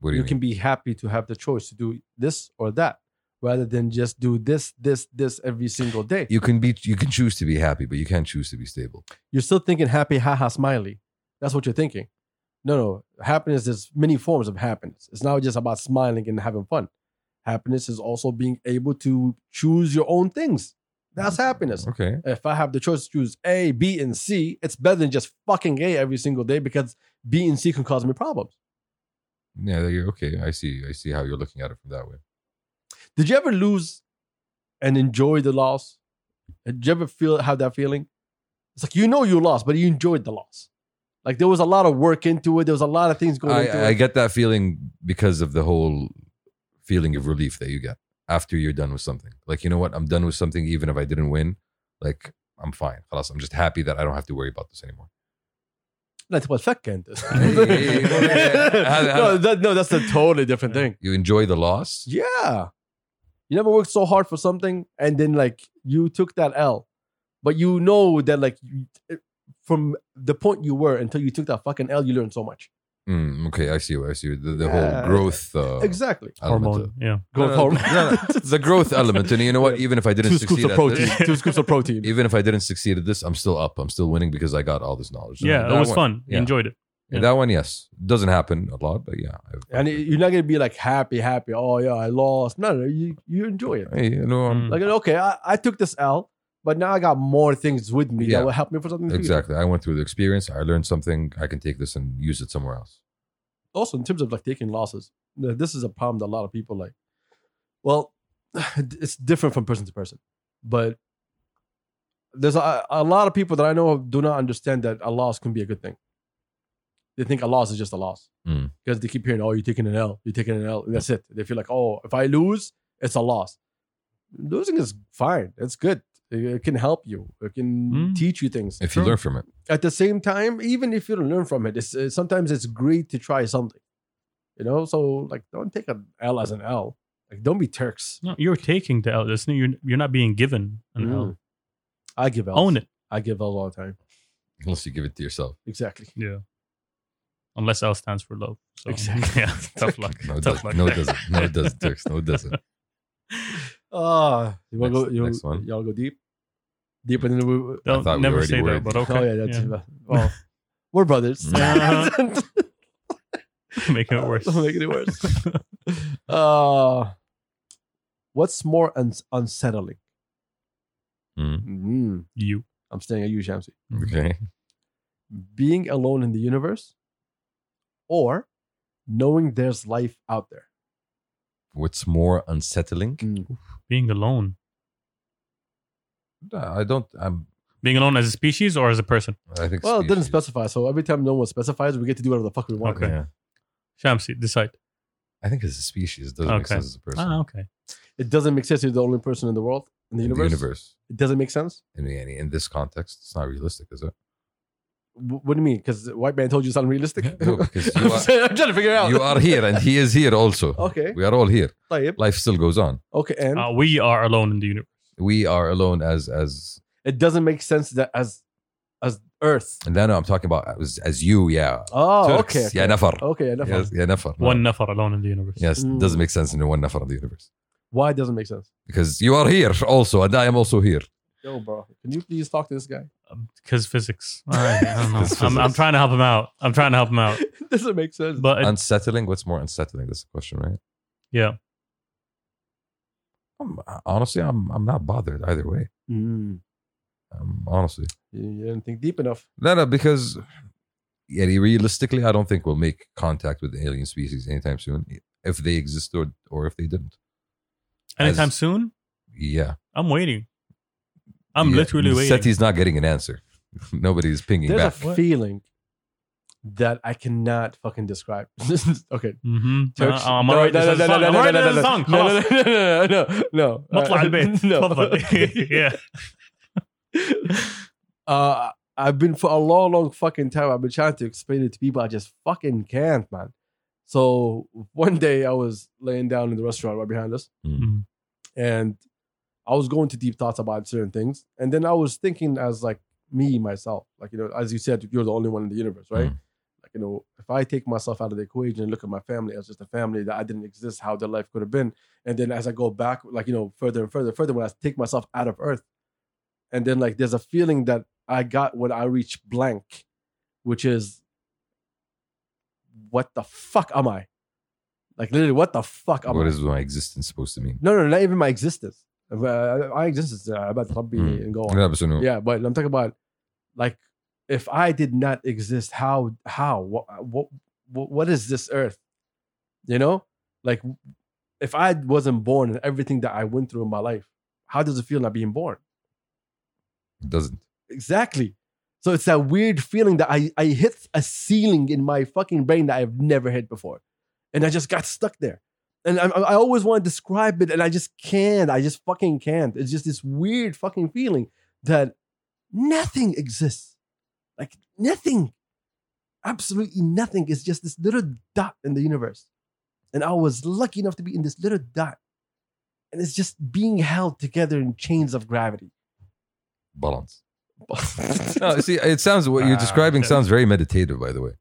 S2: what do
S1: you,
S2: you,
S1: can be happy to have the choice to do this or that rather than just do this this this every single day
S2: mean? You can be you can choose to be happy, but you can't choose to be stable.
S1: you're still thinking happy haha smiley that's what you're thinking no no happiness is many forms of happiness it's not just about smiling and having fun happiness is also being able to choose your own things that's happiness
S2: Okay.
S1: if i have the choice to choose a b and c it's better than just fucking a every single day because b and c can cause me problems
S2: Yeah, you're okay. I see. I see how you're looking at it from that way.
S1: Did you ever lose and enjoy the loss? Did you ever feel have that feeling? It's like you know you lost, but you enjoyed the loss. Like there was a lot of work into it. There was a lot of things going into
S2: I, I
S1: it.
S2: get that feeling because of the whole feeling of relief that you get after you're done with something. Like, you know what? I'm done with something, even if I didn't win. Like, I'm fine. خلاص, I'm just happy that I don't have to worry about this anymore.
S1: That's what fuck can't do.
S2: هذا-
S1: No, that, no, that's a totally different thing.
S2: You enjoy the loss.
S1: Yeah, you never worked so hard for something, and then like you took that L, but you know that like you- from the point you were until you took that fucking L, you learned so much.
S2: Mm, okay, I see. I see. The, the
S1: Yeah.
S2: whole growth uh,
S1: Exactly.
S2: element.
S3: Hormone. Yeah.
S2: No,
S1: Growth
S2: no,
S1: hormone.
S2: no, no. The growth element. And you know what? Even if I didn't
S1: Two
S2: succeed
S1: scoops of
S2: at
S1: protein.
S2: this,
S1: Two scoops of protein.
S2: even if I didn't succeed at this, I'm still up. I'm still winning because I got all this knowledge.
S3: Yeah,
S2: That
S3: it was
S2: one-
S3: fun.
S2: yeah.
S3: You enjoyed it. Yeah.
S2: That one, yes, doesn't happen a lot, but yeah. I've-
S1: And it- you're not gonna be like happy, happy. Oh yeah, I lost. No, no, you you enjoy it.
S2: Hey, you know, I'm,
S3: Mm.
S1: Um, Like okay, I, I took this L, but now I got more things with me
S2: Yeah.
S1: that will help me for something. in the future.
S2: Exactly. I went through the experience. I learned something. I can take this and use it somewhere else.
S1: Also, in terms of like taking losses, th- this is a problem that a lot of people like. Well, it's different from person to person, but there's a, a lot of people that I know do not understand that a loss can be a good thing. They think a loss is just a loss
S2: Mm.
S1: because they keep hearing, "Oh, you're taking an L, you're taking an L," and that's it. They feel like, "Oh, if I lose, it's a loss." Losing is fine. It's good. It it can help you. It can
S3: Mm.
S1: teach you things.
S2: If you learn from it,
S1: at the same time, even if you don't learn from it, it's, uh, sometimes it's great to try something. You know, so like, don't take an L as an L. Like, don't be Turks.
S3: No, you're taking the L. It's not- You're, you're not being given an
S1: Mm.
S3: L.
S1: I give L's.
S3: Own it.
S1: I give L's all the time.
S2: unless you give it to yourself.
S1: Exactly.
S3: Yeah. Unless L stands for love. So,
S1: Exactly.
S3: Yeah. Tough luck.
S2: No, it
S3: tough
S2: doesn't.
S3: luck.
S2: No, it doesn't. No, it doesn't. Turks. No, it doesn't.
S1: Ah, you want to
S2: Next-
S1: go? You,
S2: next one.
S1: Y'all go deep, deeper than we.
S3: Don't
S2: thought we
S3: never
S2: already
S3: say
S2: were.
S3: that, but okay.
S1: Oh yeah, that's well, we're brothers.
S3: Uh-huh. Making it worse.
S1: Don't make it worse. uh, what's more uns- unsettling?
S2: Mm.
S1: Mm,
S3: you.
S1: I'm staying at you, Shamsi.
S2: Okay.
S1: being alone in the universe or knowing there's life out there.
S2: What's more unsettling?
S1: Mm.
S3: Being alone.
S2: No, I don't. I'm.
S3: Being alone as a species or as a person?
S2: I think.
S1: Well, it didn't
S2: species.
S1: specify. So every time no one specifies, we get to do whatever the fuck we want.
S3: Okay.
S2: Yeah.
S3: Shamsi, decide.
S2: I think as a species, it doesn't make
S3: Okay.
S2: sense as a person.
S3: Ah, okay.
S1: It doesn't make sense. You're the only person in the world, in the
S2: In
S1: universe.
S2: The universe.
S1: It doesn't make sense.
S2: In, in, in this context, it's not realistic, is it?
S1: Wh- What do you mean? Because the white man told you it's unrealistic?
S2: No, because you
S1: I'm,
S2: are,
S1: saying- I'm trying to figure it out.
S2: you are here, and he is here also.
S1: Okay.
S2: We are all here.
S1: Tayyip.
S2: Life still goes on.
S1: Okay. And
S2: um,
S3: Uh, we are alone in the universe.
S2: We are alone as as
S1: it doesn't make sense that as as Earth.
S2: And then I'm talking about as, as you, yeah.
S1: Oh,
S2: Turks,
S1: okay. okay.
S2: Yeah, nafar.
S1: Okay. Enough.
S2: Yes, yeah, nafar. No.
S3: One nafar alone in the universe.
S2: Yes,
S1: Mm.
S2: doesn't make sense in the one nafar of the universe.
S1: Why it doesn't make sense?
S2: Because you are here also, and I am also here.
S1: Yo, bro. Can you please talk to this guy?
S3: Because physics. All right. I don't know.
S2: 'Cause
S3: I'm, I'm
S2: physics.
S3: trying to help him out. I'm trying to help him out.
S1: doesn't make sense.
S3: But it,
S2: unsettling? What's more unsettling? That's the question, right?
S3: yeah.
S2: I'm, honestly, I'm I'm not bothered either way.
S1: Mm.
S2: Um, honestly,
S1: You, you didn't think deep enough.
S2: no, no, because yeah, realistically, I don't think we'll make contact with alien species anytime soon, if they exist or or if they didn't.
S3: Anytime
S2: As-
S3: soon?
S2: Yeah,
S3: I'm waiting. I'm
S2: Yeah.
S3: literally waiting.
S2: SETI's not getting an answer. Nobody's pinging
S1: There's
S2: back.
S1: a feeling that I cannot fucking describe. okay.
S3: Mm-hmm.
S1: Turks-
S3: I'm
S1: No,
S3: already
S1: no, no, no, no, no, no, no, no,
S3: song.
S1: no, no, no, no, no, no, no.
S3: مطلع
S1: Uh,
S3: البيت
S1: no.
S3: تفضل yeah
S1: Uh, I've been for a long, long fucking time. I've been trying to explain it to people. I just fucking can't, man. So one day I was laying down in the restaurant right behind us,
S3: Mm.
S1: and I was going to deep thoughts about certain things, and then I was thinking as like me myself, like you know, as you said, you're the only one in the universe, right?
S2: Mm.
S1: Like you know, if I take myself out of the equation and look at my family as just a family that I didn't exist, how their life could have been, and then as I go back, like you know, further and further, further, when I take myself out of Earth, and then like there's a feeling that I got when I reach blank, which is, what the fuck am I? Like literally, what the fuck am I?
S2: What is my existence supposed to mean?
S1: No, no, not even my existence. Uh, my existence uh, about Rabbi
S2: Mm.
S1: and go on.
S2: لا بس انه
S1: Yeah, but I'm talking about like if I did not exist, how how what what what is this earth? You know, like if I wasn't born and everything that I went through in my life, how does it feel not being born?
S2: it doesn't.
S1: Exactly. So it's that weird feeling that I, I hit a ceiling in my fucking brain that I've never hit before. And I just got stuck there. And I, I always want to describe it and I just can't. I just fucking can't. It's just this weird fucking feeling that nothing exists. Like nothing. Absolutely nothing. It's just this little dot in the universe. And I was lucky enough to be in this little dot. And it's just being held together in chains of gravity.
S2: balance. No, see, it sounds what you're
S3: Ah,
S2: describing
S3: okay.
S2: sounds very meditative, by the way.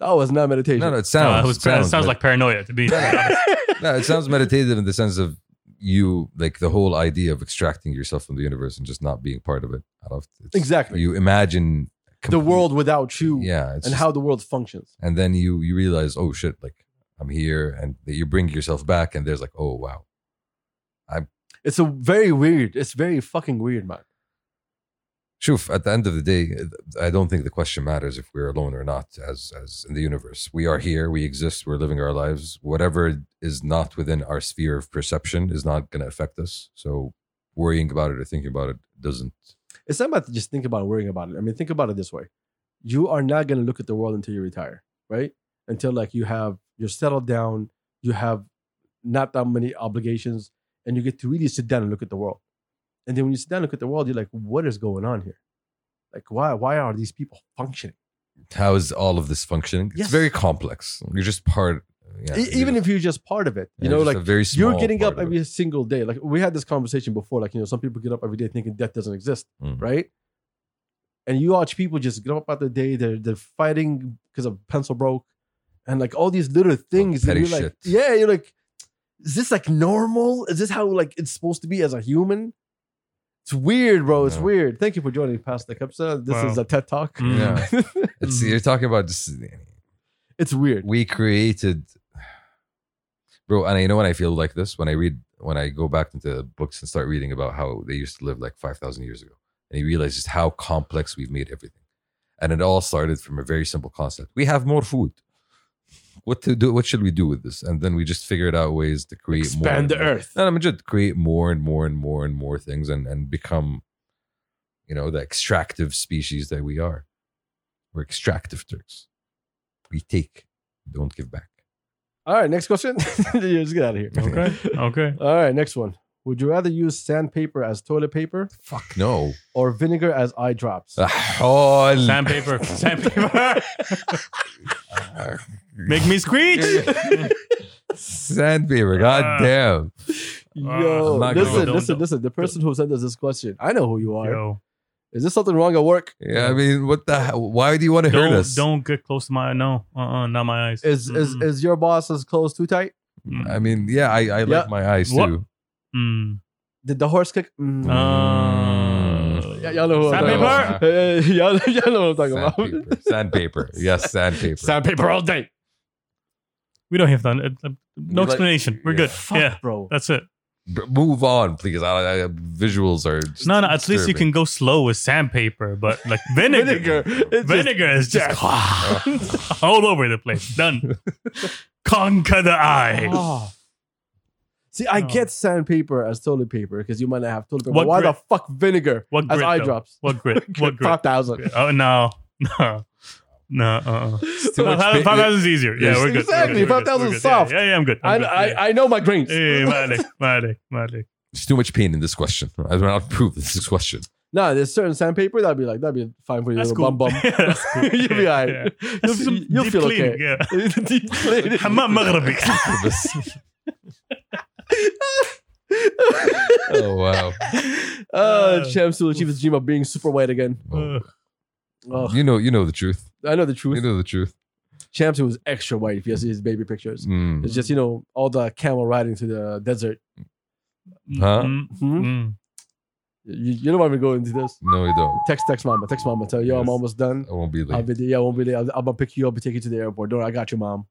S1: That was not meditation.
S2: No, no, it
S3: No,
S2: sounds.
S3: it, was, it sounds, like paranoia to be
S2: no, it sounds meditative in the sense of you like the whole idea of extracting yourself from the universe and just not being part of it. I love it's-
S1: Exactly.
S2: You imagine
S1: the
S2: complete-
S1: world without you
S2: Yeah, it's
S1: and how the world functions.
S2: and then you you realize, oh shit, like I'm here, and that you bring yourself back, and there's like, oh wow,
S1: It's a very weird. It's very fucking weird, man.
S2: Shoof, at the end of the day, I don't think the question matters if we're alone or not as as in the universe. We are here, we exist, we're living our lives. Whatever is not within our sphere of perception is not gonna affect us. So worrying about it or thinking about it doesn't
S1: It's not about just think about worrying about it. I mean, think about it this way: you are not going to look at the world until you retire, right? Until like you have you're settled down, you have not that many obligations, and you get to really sit down and look at the world. And then when you sit down and look at the world, you're like, what is going on here? Like, why why are these people functioning?
S2: how is all of this functioning? It's
S1: Yes.
S2: very complex. You're just part yeah,
S1: E- Even if you're just part of it, you know, like
S2: very
S1: you're
S2: small
S1: getting
S2: part
S1: up
S2: of it.
S1: every single day. Like we had this conversation before. Like you know, some people get up every day thinking death doesn't exist,
S2: Mm.
S1: right? And you watch people just get up out the day. They're they're fighting because a pencil broke, and like all these little things. that
S2: petty
S1: you're like,
S2: shit.
S1: yeah, you're like, is this like normal? Is this how like it's supposed to be as a human? It's weird, bro. It's
S2: No.
S1: weird. Thank you for joining Pastor Kapsa. This
S3: Wow.
S1: is a TED Talk.
S3: Mm.
S2: Yeah. It's,
S3: Mhm.
S1: Mm-hmm.
S2: you're talking about just
S1: It's weird.
S2: we created, bro. And I know when I feel like this when I read when I go back into books and start reading about how they used to live like five thousand years ago, and you realize just how complex we've made everything, and it all started from a very simple concept: we have more food. What to do? What should we do with this? And then we just figured out ways to create more
S1: Expand
S2: and
S1: the
S2: more.
S1: earth.
S2: No, I'm just create more and more and more and more things and and become, you know, the extractive species that we are. We're extractive Turks. We take, don't give back.
S1: All right, next question. Let's get out of here.
S3: Okay. Okay.
S1: All right, next one. Would you rather use sandpaper as toilet paper
S2: Fuck no.
S1: or vinegar as eye drops?
S2: Ahol.
S3: Sandpaper. Sandpaper. Make me screech.
S1: Ah.
S2: Sandpaper. God damn.
S1: Yo,
S3: Uh, I'm
S2: not gonna-
S1: listen,
S3: Don't-
S1: listen,
S3: don't-
S1: listen. The person who sent us this question, I know who you are.
S3: Yo,
S1: Is this something wrong at work?
S2: Yeah, I mean, what the? hell? Why do you want to hurt
S3: don't
S2: us?
S3: don't get close to my no. Uh uh not my eyes.
S1: Is is
S3: Mm-mm.
S1: is your boss's clothes too tight?
S3: Mm.
S2: I mean, yeah, I, I like
S1: Yeah.
S2: my eyes
S3: What?
S2: too.
S3: Mm.
S1: Did the horse kick? Mm.
S2: Uh,
S3: Uh,
S1: Y- y'all know who I'm talking
S3: Sandpaper.
S1: about. Hey, y'all, y'all know what I'm talking about.
S2: Sandpaper. sandpaper. Yes, sandpaper.
S1: Sandpaper all day.
S3: We don't have done. Uh,
S2: You
S3: no
S2: like-
S3: explanation. We're
S2: yeah.
S3: good.
S1: Fuck,
S3: Yeah,
S1: bro.
S3: that's it.
S2: B- move on, please. I, I, visuals are just
S3: no, no. At least you
S2: disturbing.
S3: can go slow with sandpaper, but like vinegar,
S1: Vinegar. It's just-
S3: vinegar is just all over the place. Done. Conquer the eye.
S1: Ah. See, I
S3: No.
S1: get sandpaper as toilet paper because you might not have toilet paper.
S3: What
S1: Why
S3: grit-
S1: the fuck vinegar
S3: What
S1: as
S3: grit,
S1: eye
S3: though?
S1: drops?
S3: What grit? What grit?
S1: Five thousand.
S3: Oh no, no, no. Uh,
S2: too
S3: uh
S2: much
S3: five
S2: bit-
S3: thousand is easier. Yeah, we're good.
S1: Exactly,
S3: We're good. We're good.
S1: 5,000
S3: We're good.
S1: is soft.
S3: Yeah, yeah, yeah, I'm good.
S1: I,
S3: I'm good. yeah.
S1: I, I know my grains.
S3: Hey, Malik, Malik, Malik.
S2: There's too much pain in this question. I will not prove this is question.
S1: No, there's certain sandpaper that'd be like that'd be fine for your
S3: That's
S1: little
S3: cool.
S1: bum bum.
S3: Yeah, that's cool.
S1: You'll be
S3: Yeah,
S1: alright.
S3: yeah.
S1: You'll,
S3: Some
S1: you'll
S3: deep
S1: feel
S3: cleaning,
S1: okay.
S3: Yeah.
S1: Deep cleaning.
S3: حمام مغربي.
S2: oh wow!
S1: uh, Shamsul Chief is Jima being super white again.
S2: Oh.
S3: Ugh. Oh.
S1: Ugh,
S2: You know, you know the truth.
S1: I know the
S2: You
S1: truth.
S2: know the truth.
S1: Shamsul was extra white if you see his baby pictures.
S2: Mm.
S1: It's just you know all the camel riding to the desert.
S2: Huh?
S3: Mm,
S1: Hmm?
S3: mm.
S1: You, you don't want me to go into this.
S2: No, you don't.
S1: Text text mama. Text mama. Tell yo I'm
S2: Yes.
S1: almost done.
S2: I won't be
S1: I'll
S2: late.
S1: be there. Yeah, I won't be there. I'm gonna pick you up and take you to the airport. Don't worry, I got you, mom.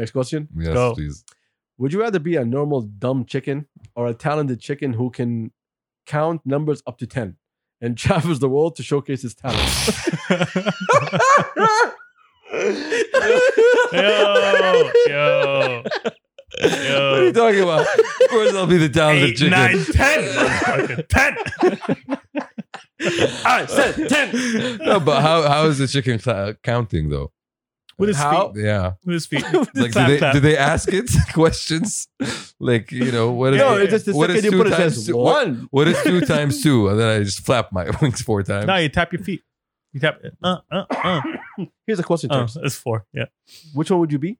S1: Next question.
S2: yes,
S3: Go.
S2: please.
S1: Would you rather be a normal dumb chicken or a talented chicken who can count numbers up to 10 and travels the world to showcase his talent?
S3: Yo, yo,
S2: What are you
S3: yo.
S2: talking about? of course, I'll be the talented
S3: Eight,
S2: chicken.
S3: nine, ten. Motherfucker, ten.
S1: I said 10.
S2: No, but how how is the chicken cla- counting though?
S3: With his
S1: How?
S3: feet.
S2: Yeah,
S3: With his feet.
S2: like do
S3: Clap,
S2: they,
S3: clap.
S2: do they ask it questions? Like you know what is
S1: No,
S3: Yeah.
S1: it's just the
S2: What
S1: second
S2: is
S1: you
S2: two
S1: put it
S2: times
S1: as
S2: two? What-
S1: one.
S2: what is two times two? And then I just flap my wings four times.
S3: No, you tap your feet. You tap. Uh, uh, uh.
S1: Here's a question,
S3: uh
S1: Terps.
S3: it's four. Yeah.
S1: Which one would you be?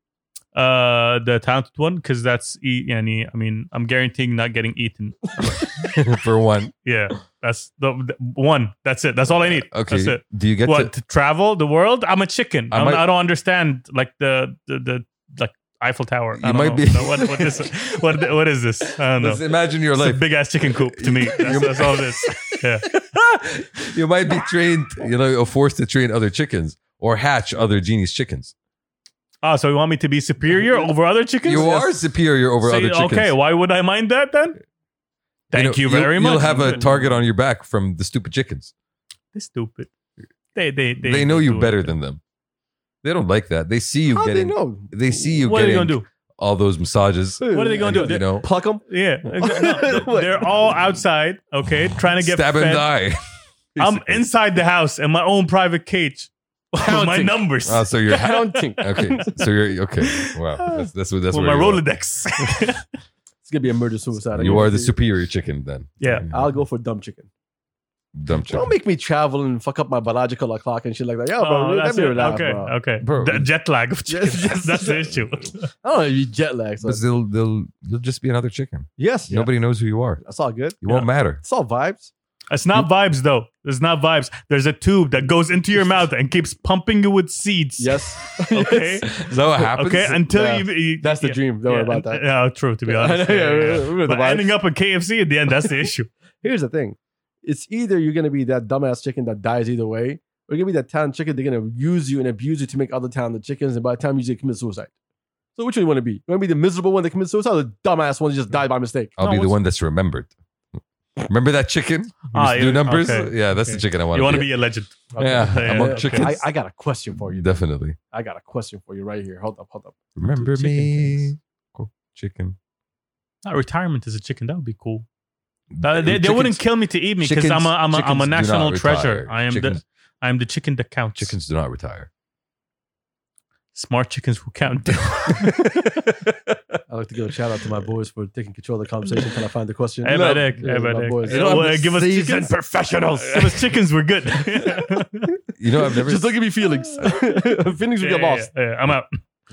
S3: Uh, the talented one, because that's e- yani, I mean, I'm guaranteeing not getting eaten.
S2: for one.
S3: Yeah, that's the, the one. That's it. That's all I need.
S2: Okay.
S3: That's it.
S2: Do you get
S3: What to travel the world? I'm a chicken.
S2: I
S3: I'm,
S2: might-
S3: I don't understand like the the, the like Eiffel Tower. I
S2: You
S3: don't
S2: might
S3: know.
S2: be-
S3: So what what is what what is this? I
S2: to
S3: don't know.
S2: Just imagine your
S3: It's a
S2: life?
S3: big ass chicken coop to me. That's, that's all this. Yeah.
S2: you might be trained, you know, or forced to train other chickens or hatch other genies chickens.
S3: Ah, so you want me to be superior over other chickens?
S2: You
S3: Yes.
S2: are superior over
S3: Say,
S2: other chickens.
S3: Okay, why would I mind that then? Thank you,
S2: know,
S3: very
S2: you'll-
S3: much.
S2: You'll have a target on your back from the stupid chickens.
S3: They're stupid. They they they,
S2: They know you
S3: do
S2: better
S3: it.
S2: than them. They don't like that. They see you
S1: How they
S2: getting.
S1: know?
S2: They, see you
S3: What are they
S2: getting
S3: gonna do?
S2: all those massages.
S3: What are they gonna do?
S2: You know,
S1: Pluck them?
S3: Yeah, no,
S1: What?
S3: they're all outside. Okay, trying to get
S2: stab
S3: fed.
S2: and die.
S3: I'm inside the house in my own private cage. With my
S1: Counting.
S3: numbers.
S2: Oh, so you're
S1: Counting.
S2: okay. So you're okay. Wow, that's that's what that's
S3: with
S2: where
S3: my
S2: you are.
S3: Rolodex.
S1: It's gonna be a murder suicide.
S2: You are the superior chicken then. Mm-hmm.
S3: Yeah.
S1: I'll go for dumb chicken.
S2: dumb chicken.
S1: Don't make me travel and fuck up my biological clock and shit like that. Yeah, bro,
S3: Oh,
S1: let
S3: that's
S1: me
S3: it.
S1: relax,
S3: okay,
S1: bro.
S3: okay.
S2: Bro.
S3: The jet lag of
S1: Yes,
S3: chickens.
S1: yes,
S3: that's the
S1: yes.
S3: issue.
S1: I don't know. You jet lag. So.
S2: Because they'll they'll you'll just be another chicken.
S1: Yes,
S2: Nobody knows who you are.
S1: that's all good.
S2: You won't matter.
S1: It's all vibes.
S3: It's not vibes though. It's not vibes. There's a tube that goes into your mouth and keeps pumping you with seeds.
S1: Yes.
S3: Okay.
S2: Is that what happens?
S3: Okay. Until
S1: Yeah.
S3: you, you-
S1: That's the
S3: yeah,
S1: dream. Don't
S3: yeah,
S1: worry about
S3: and-
S1: that.
S3: Yeah, true. To be honest,
S1: I know,
S3: Yeah,
S1: yeah,
S3: yeah, yeah.
S1: remember the
S3: But
S1: vibes.
S3: ending up at KFC at the end, that's the issue.
S1: Here's the thing. It's either you're gonna be that dumbass chicken that dies either way, or you're gonna be that town chicken they're gonna use you and abuse you to make other talented chickens, and by the time you just commit suicide. So which one you wanna be? You wanna be the miserable one that commits suicide or the dumbass one that just died by mistake?
S2: I'll
S3: No,
S2: be the
S3: what's-
S2: one that's remembered. Remember that chicken? You
S3: Ah,
S2: used to do
S3: yeah,
S2: numbers?
S3: okay.
S2: Yeah, that's
S3: Okay.
S2: the chicken I want.
S3: you want to be a legend.
S2: Yeah,
S3: Okay.
S2: among
S3: Yeah, okay.
S2: chickens.
S1: I, I got a question for you.
S2: Definitely.
S1: I got a question for you right here. Hold up, hold up.
S2: Remember
S3: Chicken
S2: me.
S3: things.
S2: Cool. Chicken.
S3: Not retirement as a chicken. That would be cool. Uh, they, they
S2: Chickens-
S3: wouldn't kill me to eat me because
S2: chickens-
S3: I'm a I'm a, I'm
S2: chickens
S3: a
S2: do not
S3: national
S2: retire.
S3: treasure. I am
S2: Chickens-
S3: the I am the chicken that counts.
S2: Chickens do not retire.
S3: smart chickens who count.
S1: I'd like to give a shout out to my boys for taking control of the conversation until I find the question.
S3: Hey, my
S1: Love.
S3: dick.
S1: Yeah,
S3: Hey, my
S1: my
S3: dick.
S1: boys.
S3: You know,
S2: I'm
S3: uh,
S2: a
S3: give us
S2: seasoned
S3: chickens. professionals. give us chickens. We're good.
S2: You know, I've never.
S1: Just don't give me feelings. feelings will
S3: Yeah,
S1: get lost.
S3: yeah, yeah. I'm out.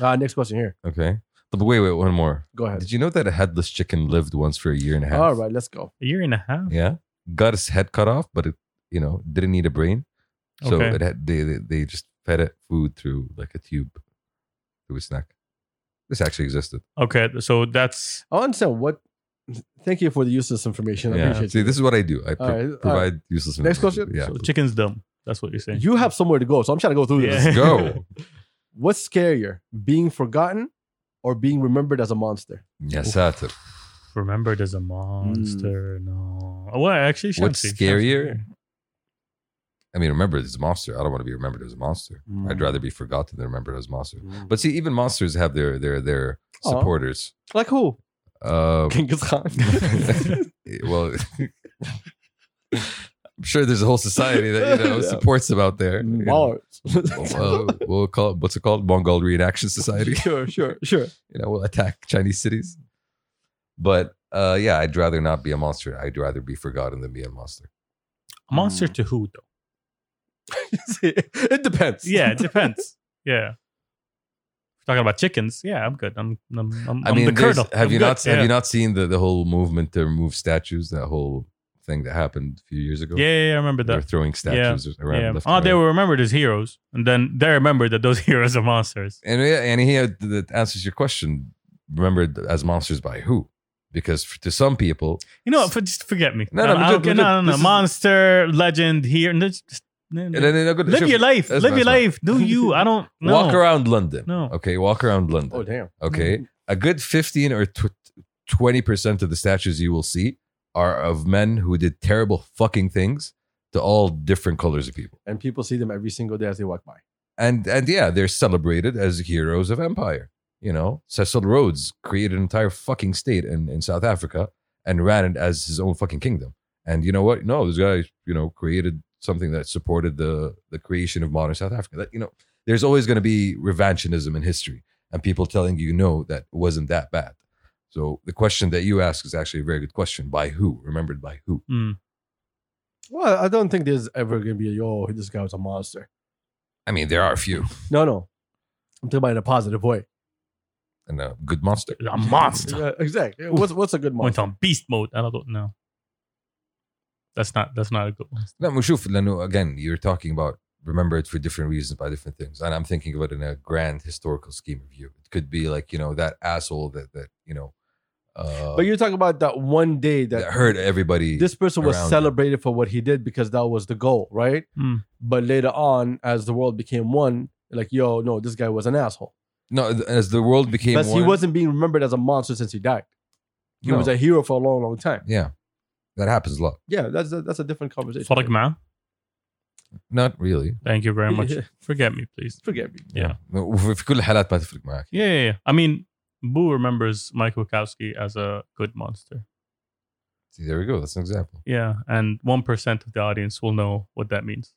S1: Uh, next question here.
S2: okay. But wait, wait, one more.
S1: Go ahead.
S2: Did you know that a headless chicken lived once for a year and a half?
S1: All right, let's go.
S3: A year and a half.
S2: Yeah. Got its head cut off, but it, you know, didn't need a brain. So
S3: Okay.
S2: it had, they, they they just fed it food through like a tube through its neck. This actually existed.
S3: Okay, so that's
S1: I understand what. Thank you for the useless information. I
S2: Yeah.
S1: appreciate
S2: See,
S1: you.
S2: this is what I do. I pro-
S1: All right, all right.
S2: provide useless.
S1: Next
S2: information.
S1: question?
S3: so chicken's dumb. That's what you're saying.
S1: You have somewhere to go, so I'm trying to go through
S3: Yeah.
S1: this.
S2: Yeah. Go.
S1: What's scarier, being forgotten or being remembered as a monster?
S2: Yes, Satir.
S3: remembered as a monster. No. Oh, Well, actually, it should
S2: Hmm. What's
S3: be. It should
S2: scarier?
S3: be.
S2: I mean, remember as a monster. I don't want to be remembered as a monster.
S1: Mm.
S2: I'd rather be forgotten than remembered as a monster. But see, even monsters have their their their
S1: Aw.
S2: supporters.
S1: like who?
S2: Uh,
S1: Genghis Khan.
S2: well, I'm sure there's a whole society that you know
S1: Yeah.
S2: supports them out there. you know.
S1: Mars. Oh,
S2: Well, uh, we'll call it, what's it called? Mongol Reenaction Society.
S1: sure, sure, sure.
S2: you know, will attack Chinese cities. But uh, yeah, I'd rather not be a monster. I'd rather be forgotten than be a monster.
S3: A monster to who
S2: Oh.
S3: though?
S1: it depends.
S3: Yeah, it depends. Yeah. If we're Talking about chickens. Yeah, I'm good. I'm I'm I'm,
S2: I
S3: I'm
S2: mean,
S3: the
S2: there's-
S3: colonel.
S2: have
S3: I'm
S2: you
S3: good.
S2: not
S3: yeah.
S2: have you not seen the, the whole movement to remove statues? That whole thing that happened a few years ago.
S3: Yeah, yeah, yeah, I remember
S2: they're
S3: that.
S2: throwing statues around.
S3: Yeah.
S2: Left
S3: Oh,
S2: and
S3: they
S2: right.
S3: were remembered as heroes, and then they remembered that those heroes are monsters.
S2: And yeah, and here that answers your question. Remembered as monsters by who? Because f- to some people,
S3: You know, for, just forget me.
S2: No, no,
S3: I
S2: we're
S3: don't
S2: good,
S3: care.
S2: we're
S3: no, no,
S2: good.
S3: no.
S2: This is-
S3: Monster, legend, here. no, just- just- no,
S2: and
S3: no.
S2: then they're gonna-
S3: Live your life.
S2: That's
S3: Live
S2: fine,
S3: your
S2: that's
S3: life. Do you? I don't know.
S2: walk around London.
S3: No.
S2: Okay, walk around London.
S1: Oh damn.
S2: okay a good 15 or tw- 20% of the statues you will see are of men who did terrible fucking things to all different colors of people
S1: And people see them every single day as they walk by.
S2: and and yeah they're celebrated as heroes of empire you know cecil rhodes created an entire fucking state in, in south africa and ran it as his own fucking kingdom and you know what no this guy you know created something that supported the the creation of modern south africa that you know there's always going to be revanchinism in history and people telling you no that wasn't that bad so the question that you ask is actually a very good question by who remembered by who
S3: Mm.
S1: Well, I don't think there's ever gonna be a yo, this guy was a monster.
S2: i mean there are a few
S1: No, no. I'm talking about in a positive way.
S2: and a good monster
S3: A monster
S1: Yeah, exactly. What's what's a good
S3: went
S1: monster?
S3: on beast mode. I don't know. That's not. That's not a good one.
S2: لا بنشوف لانه again you're talking about remember it for different reasons by different things and I'm thinking of it in a grand historical scheme of view it could be like you know that asshole that that you know uh,
S1: But you're talking about that one day
S2: that,
S1: that
S2: hurt everybody
S1: this person was
S2: around you.
S1: celebrated for what he did because that was the goal, right?
S3: Hmm.
S1: But later on, as the world became one, like, yo, no, this guy was an asshole.
S2: no th- as the world became
S1: But
S2: one
S1: he wasn't being remembered as a monster since he died. He
S2: No.
S1: was a hero for a long, long time.
S2: yeah that happens a lot
S1: Yeah, that's a, that's a different conversation.
S3: فرق معاه
S2: not really
S3: Thank you very much. Forget me, please.
S1: Forget me.
S3: Yeah.
S2: في كل الحالات ما تفرق معك
S3: Yeah, yeah, yeah. I mean, Boo remembers Mike Wachowski as a good monster.
S2: See, there we go that's an example
S3: Yeah, and one percent of the audience will know what that means.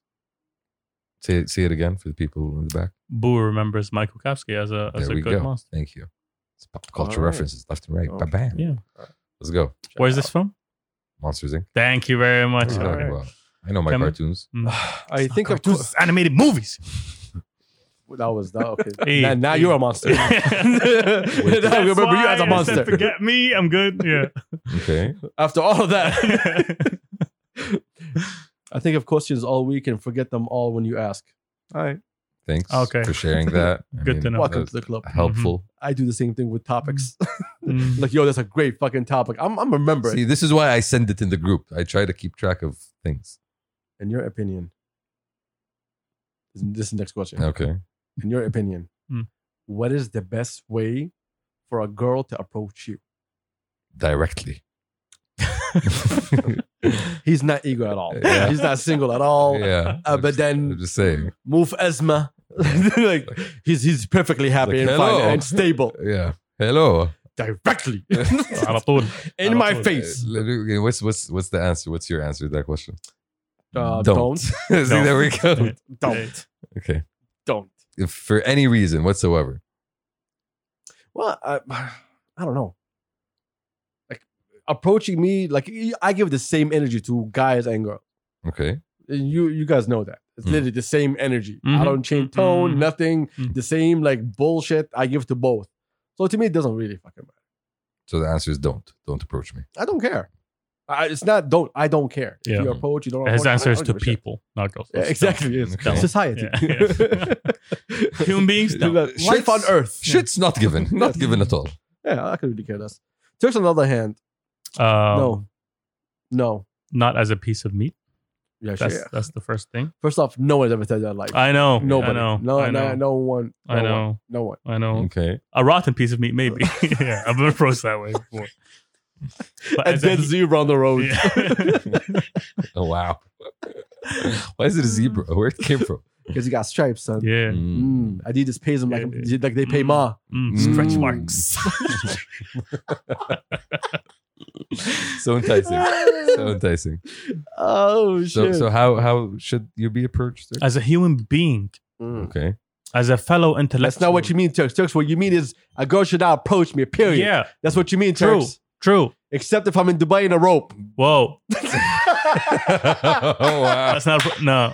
S2: say it, say it again for the people in the back
S3: Boo remembers Mike Wachowski as a as
S2: there
S3: a
S2: we
S3: good
S2: go
S3: monster.
S2: thank you it's pop culture
S1: All right.
S2: references left and right
S1: Oh.
S2: bam bam
S3: Yeah.
S2: let's go
S3: Where's this from?
S2: Monsters Inc
S3: Thank you very much. Mm.
S2: what are
S1: All
S2: you talking
S1: right.
S2: about I know my
S3: Come-
S2: cartoons
S1: I think of two.
S3: Cartoons, animated movies.
S1: That was that. Okay.
S3: Hey.
S1: now, now you're a monster. now I
S3: That's
S1: remember you
S3: why
S1: as a
S3: I said,
S1: monster.
S3: Forget me. I'm good. Yeah.
S2: okay
S1: After all of that, I think of questions all week and forget them all when you ask. All right.
S2: thanks
S3: Okay.
S2: for sharing that I
S3: Good to know.
S1: Welcome
S2: that's
S1: to the club.
S2: helpful
S1: I do the same thing with topics.
S3: Mm.
S1: like, yo, that's a great fucking topic. I'm, I'm remembering.
S2: See, this is why I send it in the group. I try to keep track of things.
S1: In your opinion, this this is the next question.
S2: Okay.
S1: In your opinion,
S3: Hmm.
S1: what is the best way for a girl to approach you?
S2: Directly.
S1: He's not eager at all.
S2: Yeah.
S1: He's not single at all.
S2: Oh, yeah.
S1: Uh, but
S2: I'm
S1: then
S2: just saying.
S1: move Esma. like he's he's perfectly happy
S2: Like,
S1: and fine
S2: hello.
S1: and stable
S2: Yeah. Hello.
S1: directly
S3: على طول.
S1: in my
S3: Uh,
S1: face.
S2: Okay, What's what's what's the answer? What's your answer to that question?
S1: Uh,
S2: See, there we go.
S3: Don't.
S1: Don't
S2: Okay.
S1: don't.
S2: If for any reason whatsoever.
S1: Well, I, I don't know. Like approaching me, like I give the same energy to guys and girls.
S2: Okay.
S1: And You you guys know that it's
S2: Mm.
S1: literally the same energy. I
S3: Mhm.
S1: don't change tone,
S3: Mhm.
S1: nothing.
S3: Mm.
S1: The same like bullshit I give to both. So to me, it doesn't really fucking matter.
S2: So the answer is don't. Don't approach me.
S1: I don't care. I, it's not don't. I don't care.
S3: Yeah.
S1: If you approach, you don't.
S3: His
S1: approach, I
S3: answer is
S1: don't
S3: to
S1: give a shit.
S3: people, not girls.
S1: Yeah, exactly. It's
S2: Okay.
S1: Society.
S3: Yeah, Human beings, no.
S1: Look, Life on Earth.
S2: Shit's not given. Not given at all.
S1: Yeah, I could really care less. Turks, on the other hand,
S3: Um,
S1: no, no.
S3: Not as a piece of meat.
S1: Yeah, sure,
S3: That's
S1: yeah.
S3: that's the first thing.
S1: First off, no one has ever said that. Like
S3: I know.
S1: nobody.
S3: I know.
S1: No,
S3: I know.
S1: no, no one. No
S3: I
S1: One,
S3: know.
S1: no one.
S3: I know.
S2: Okay.
S3: A rotten piece of meat, maybe. yeah, I've been approached that way before. But
S1: And
S3: as a
S1: then
S3: he-
S1: zebra on the road.
S3: Yeah.
S2: Oh wow. Why is it a zebra? Where it came from?
S1: Because he got stripes, son.
S3: yeah.
S2: Mm.
S1: Mm, Adidas pays him like,
S3: Yeah,
S1: like they pay
S3: Mm.
S1: Ma.
S3: Mm,
S2: Mm.
S3: Stretch marks.
S2: Mm. So enticing. so enticing.
S1: oh shit.
S2: So so how how should you be approached? Sir?
S3: as a human being,
S1: Mm.
S2: Okay.
S3: as a fellow intellectual.
S1: That's not what you mean, Turks. Turks, what you mean is a girl should not approach me. Period.
S3: Yeah,
S1: That's what you mean,
S3: True.
S1: Turks.
S3: true.
S1: Except if I'm in Dubai in a rope.
S3: Whoa,
S2: oh wow.
S3: that's not no.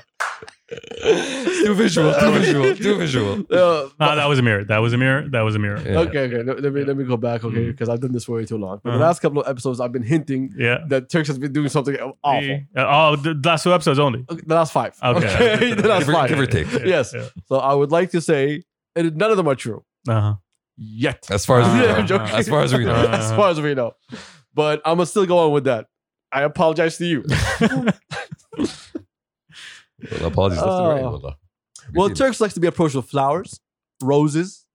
S2: Too visual. Too visual. Too visual.
S1: Uh,
S3: No, that was a mirror. That was a mirror. That was a mirror.
S2: Yeah.
S1: Okay, okay. Let, let me let me go back, okay,
S2: Mm-hmm.
S3: Mhm.
S1: because I've done this for way too long. But the
S3: Uh-huh.
S1: last couple of episodes, I've been hinting
S3: Yeah.
S1: that Turks has been doing something awful.
S3: Uh, oh, the the last two episodes only.
S1: Okay, the last five.
S3: Okay.
S1: the last
S2: Give or-
S1: five.
S2: give or take.
S1: Yes.
S3: Yeah.
S1: So I would like to say, and none of them are true
S3: Uh-huh.
S1: yet,
S2: As far as
S3: Uh,
S2: we
S1: Yeah, I'm
S2: know.
S1: joking.
S2: As far as we know.
S3: Uh,
S1: as far as we know. But I'm gonna still go on with that. I apologize to you.
S2: Well, uh, apologies. That's all right.
S1: Oh.
S2: Wallah.
S1: well,
S2: Really.
S1: Turks likes to be approached with flowers, roses.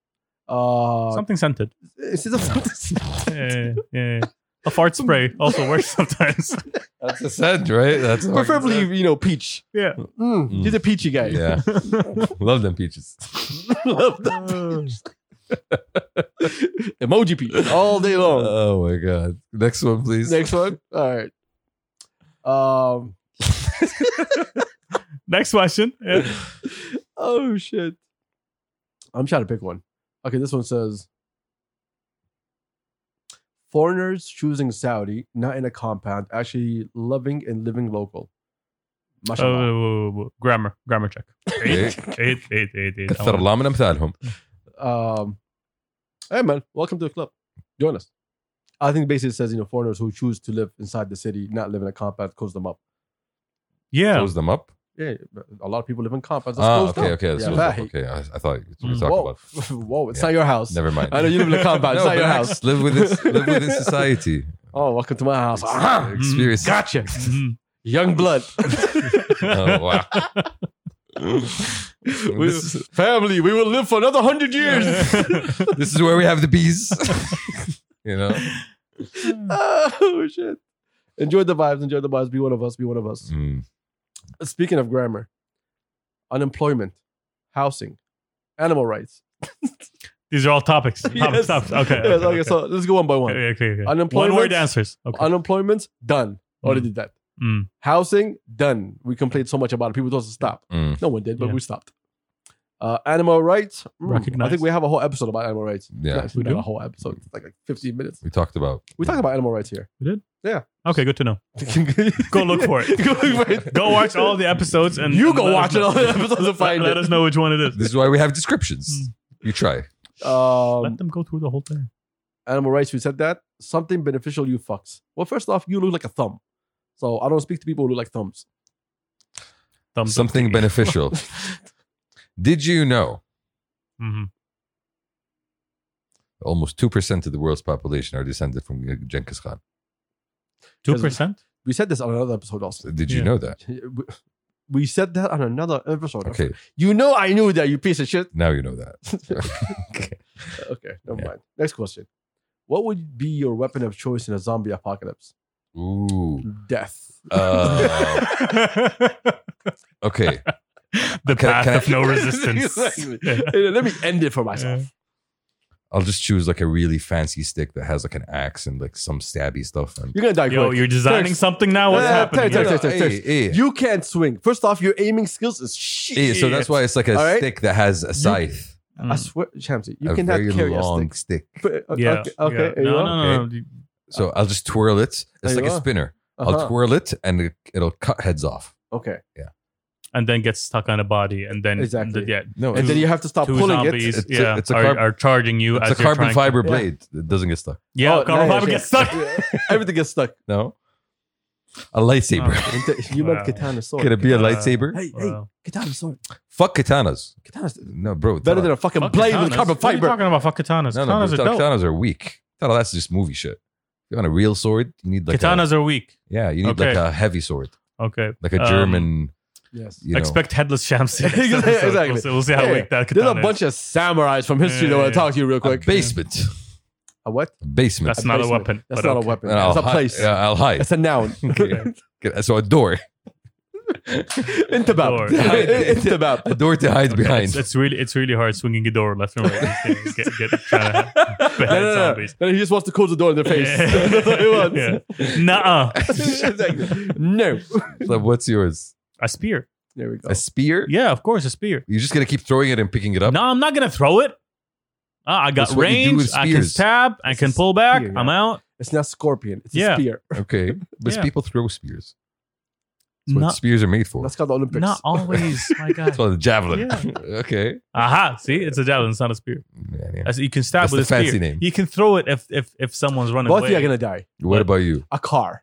S1: Uh,
S3: Something scented.
S1: it's just-
S3: Yeah, yeah. yeah. A fart spray also works sometimes.
S2: that's a scent, right? That's a fucking
S1: preferably you know peach.
S3: Yeah.
S1: Mm,
S2: Mm.
S1: He's a peachy guy.
S2: scent. Yeah. Love them peaches.
S1: Love that peach. Emoji peach all day long.
S2: Oh my god. Next one, please.
S1: Next one. All right. Um.
S3: Next question. Yeah.
S1: Um, oh shit. I'm trying to pick one. Okay, this one says foreigners choosing Saudi, not in a compound, actually loving and living local.
S3: Oh,
S1: Mashallah.
S3: whoa, whoa, whoa. grammar, grammar check.
S2: Okay.
S3: Eight, eight, eight, eight.
S2: كثر الله من امثالهم.
S1: um, hey man, welcome to the club. Join us. I think basically it says you know foreigners who choose to live inside the city, not live in a compound, close them up.
S3: Yeah.
S2: Close them up.
S1: Yeah, but a lot of people live in compounds. That's
S2: Ah,
S1: closed
S2: okay,
S1: up.
S2: okay. that's
S1: Yeah.
S2: closed up.
S1: Fahi.
S2: Okay. I, I thought you were
S3: Mm.
S2: talking
S1: Whoa,
S2: about
S1: whoa, it's
S2: Yeah.
S1: not your house.
S2: Never mind.
S1: I know you live in a compound. it's
S2: No,
S1: not your
S2: relax.
S1: house.
S2: Live with this. Live within society.
S1: Oh, welcome to my house. Aha!
S2: Experience.
S1: Gotcha.
S3: Mhm.
S1: Young blood.
S3: Mm-hmm.
S2: Oh, wow.
S1: We-
S2: this, is,
S1: family, we will live for another hundred years.
S2: this is where we have the bees. you know.
S1: oh shit. Enjoy the vibes, enjoy the vibes. Be one of us, be one of us.
S2: Mm.
S1: Speaking of grammar, unemployment, housing, animal rights.
S3: These are all topics. Topics.
S1: Yes.
S3: topics. Okay.
S1: Yes,
S3: okay,
S1: okay,
S3: okay.
S1: so let's go one by one.
S3: Okay, okay, okay.
S1: Unemployment-
S3: One word answers. Okay.
S1: Unemployment, done. Already
S3: Mm.
S1: did that.
S3: Mm.
S1: Housing, done. We complained so much about it. People told us to stop.
S2: Mm.
S1: No one did, but
S3: Yeah.
S1: we stopped. Uh, animal rights. mm, I think
S3: Recognized.
S1: we have a whole episode about animal rights.
S2: Yeah.
S1: Yes, we
S3: We
S1: do
S3: do?
S1: a whole episode. It's like, like 15 minutes.
S2: We talked about.
S1: We talk about animal rights here.
S3: Okay, good to know.
S1: go
S3: look for it.
S1: go look for it.
S3: Go watch all the episodes and
S1: You
S3: and
S1: go
S3: let us
S1: watch it
S3: know.
S1: all the episodes and find
S3: let, Let
S1: it.
S3: us know which one it is.
S2: This is why we have
S3: Mm.
S2: descriptions. you try.
S1: Um,
S3: let them go through the whole thing.
S1: animal rights, we said that. Something beneficial, you fucks. Well, first off, you look like a thumb. So I don't speak to people who look like thumbs.
S3: Thumbs
S2: Something beneficial. Did you know
S3: hmm
S2: almost 2% of the world's population are descended from Genghis Khan?
S3: Two percent.
S1: We said this on another episode also.
S2: Did you
S3: Yeah.
S2: know that?
S1: We- We said that on another episode.
S2: Okay,
S1: You know I knew that, you piece of shit.
S2: now you know that. okay.
S1: Okay, never
S2: Yeah.
S1: mind. Next question. What would be your weapon of choice in a zombie apocalypse?
S2: Ooh.
S1: Death.
S2: Uh,
S3: the
S2: okay. Can I-
S3: path
S2: can I-
S3: of no resistance.
S1: Exactly.
S3: Yeah.
S1: Let me end it for myself.
S2: I'll just choose like a really fancy stick that has like an axe and like some stabby stuff. And
S1: You're gonna die
S3: Yo,
S1: quick.
S3: you're designing
S1: Text.
S3: something now. What's
S1: Yeah,
S3: happening?
S1: text,
S3: here?
S1: text, text.
S2: Hey, hey,
S1: You can't swing. First off, your aiming skills is shit.
S2: hey, so that's why it's like a
S1: All right.
S2: stick that has a scythe,
S1: I
S3: Mm.
S1: swear, Shamsi, you
S2: a
S1: cannot
S2: very
S1: carry a
S2: long
S1: stick.
S2: stick.
S1: F-
S3: Yeah.
S1: uh, Okay. okay.
S3: yeah.
S1: you
S3: No,
S1: are?
S3: no, no, no.
S2: So I'll just twirl it.
S1: There
S2: It's like
S1: you
S2: a
S1: are.
S2: spinner. I'll
S1: Uh-huh.
S2: twirl it and it- it'll cut heads off.
S1: Okay.
S3: And then gets stuck on a body, and then
S1: Exactly.
S3: yeah,
S2: No,
S1: And
S2: it's,
S1: then you have to stop
S3: two
S1: pulling it.
S2: It's
S3: zombies
S2: a-
S3: yeah,
S2: it's a
S3: are,
S2: carb-
S3: are charging you
S2: it's
S3: as
S2: a
S3: you're
S2: carbon
S3: trying
S2: fiber
S1: Yeah.
S2: blade that doesn't get stuck.
S3: To, yeah,
S1: Oh,
S3: carbon
S1: yeah,
S3: fiber
S1: yeah.
S3: gets stuck.
S1: Yeah. Everything gets stuck.
S2: No, a lightsaber.
S1: You meant
S3: Wow.
S1: katana sword.
S2: Could it be a
S3: Katana.
S2: lightsaber?
S1: Oh, Uh, hey, hey,
S3: Wow.
S1: katana sword.
S2: Fuck katanas.
S1: Katana's
S2: No, bro.
S1: better than
S2: katana-
S1: a fucking
S3: Fuck
S1: blade
S3: katanas.
S1: with carbon
S3: What are you
S1: fiber.
S3: talking about fuck katanas.
S2: no, no,
S3: katanas
S2: bro,
S3: are dope.
S2: katanas are weak. Katana, that's just movie shit. If you want a real sword, you need like
S3: katanas are weak.
S2: A, yeah, you need like
S3: Okay.
S2: a heavy sword,
S3: Okay.
S2: like a
S3: Um,
S2: German.
S1: Yes.
S2: You know,
S3: Expect headless Shamsi.
S1: Exactly,
S3: We'll see-
S1: exactly.
S3: We'll see how
S1: Hey,
S3: weak that
S1: There's
S3: katana
S1: a bunch of samurais from history that
S3: Yeah,
S1: want to
S3: yeah,
S1: talk to you real
S2: a
S1: quick.
S2: basement.
S1: A what?
S2: A
S3: is.
S2: basement.
S3: That's not a
S1: basement.
S3: weapon.
S1: That's
S3: but
S1: not
S3: okay.
S1: a weapon.
S2: And I'll
S1: That's a
S2: hi-
S1: place.
S2: yeah, I'll hide.
S1: That's a noun.
S2: Okay. Okay, So a door,
S1: Intabab.
S3: Door.
S2: a
S1: Intabab.
S2: door to hide behind.
S3: It's, it's really, it's really hard swinging a door left and right. Get- get, get, trying to
S1: No,
S3: behead
S1: no, no.
S3: zombies.
S1: No, He just wants to close the door in their face. That's what he wants.
S3: Yeah. Nuh-uh.
S1: Exactly. No.
S2: So what's yours?
S3: A spear.
S1: There we go.
S2: A spear?
S3: Oh. Yeah, of course, a spear.
S2: You're just gonna keep throwing it and picking it up.
S3: No, I'm not gonna throw it. Ah, I got
S2: That's what you do
S3: range.
S2: with
S3: I can
S2: spears.
S3: stab. I
S1: It's
S3: can
S1: a
S3: pull back.
S1: spear, yeah.
S3: I'm out.
S1: It's not scorpion. It's a
S3: Yeah.
S1: spear.
S2: Okay, but
S3: Yeah.
S2: people throw spears. That's what
S3: Not,
S2: spears are made for.
S1: That's called the Olympics.
S3: not always. My
S2: That's
S3: God.
S2: why the javelin.
S3: Yeah.
S2: okay.
S3: Aha! See, it's a javelin. It's not a spear.
S2: Yeah, yeah.
S3: As you can stab
S2: That's
S3: with
S2: the
S3: a spear.
S2: fancy name.
S3: You can throw it if if if someone's running
S1: Both of
S3: away.
S1: you are gonna die.
S2: What about you,
S1: A car.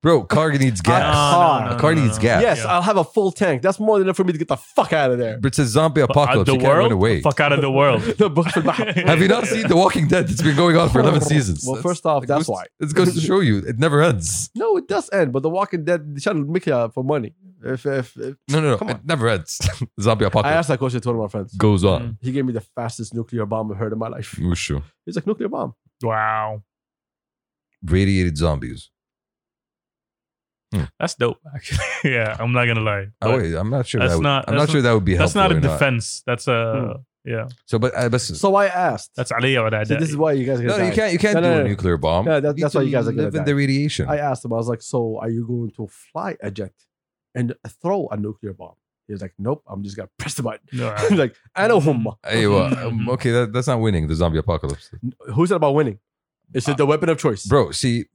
S2: bro? Car needs
S3: Uh,
S1: No,
S2: gas.
S1: car.
S2: A car needs gas.
S1: Yes, uh,
S3: Yeah.
S1: I'll have a full tank. That's more than enough for me to get the fuck out of there.
S2: But it's a zombie
S3: But, uh,
S2: apocalypse.
S3: The
S2: you can't
S3: world.
S2: run away.
S3: Fuck out of the world.
S1: The book for the-
S2: Have you not seen The Walking Dead? It's been going on for 11 seasons.
S1: Well, first off,
S2: it
S1: that's
S2: goes-
S1: why.
S2: It goes to show you, it never ends.
S1: No, it does end, but The Walking Dead they trying to make it up for money. If, if, if
S2: No, no,
S1: Come
S2: no.
S1: on.
S2: It never ends. Zombie
S1: I
S2: apocalypse
S1: asked that question to one of my friends,
S2: goes
S3: Mm.
S2: on. Oh,
S1: he gave me the fastest nuclear bomb I've heard in my life.
S2: Wushu.
S1: He's like nuclear bomb.
S3: Wow,
S2: Radiated zombies.
S3: that's dope. Actually, yeah, I'm not gonna lie.
S2: Oh,
S3: But
S2: wait, I'm not sure.
S3: That's
S2: that would,
S3: not-
S2: I'm not
S3: that's
S2: sure that would be
S3: that's
S2: helpful.
S3: not a
S2: or
S3: defense. That's a yeah.
S2: So, but, uh, but
S1: So I asked.
S3: That's aliyah what I
S1: See,
S3: did.
S1: Hmm. this is why you guys are
S2: no,
S1: gonna
S2: you
S1: die.
S2: can't. You can't
S1: No,
S2: do
S1: no,
S2: a
S1: no.
S2: nuclear bomb.
S1: Yeah, that-
S2: You
S1: that's why you
S2: need to
S1: guys are gonna
S2: live in
S1: die.
S2: the radiation.
S1: I asked him. I was like, "So are you going to fly a jet and throw a nuclear bomb?" He was like, "Nope, I'm just gonna press the button."
S3: No,
S1: He's like, "I know him."
S2: Hey, well, um, okay, that, that's not winning the zombie apocalypse,
S1: Who said about winning? It's the weapon of choice.
S2: Uh, bro. See,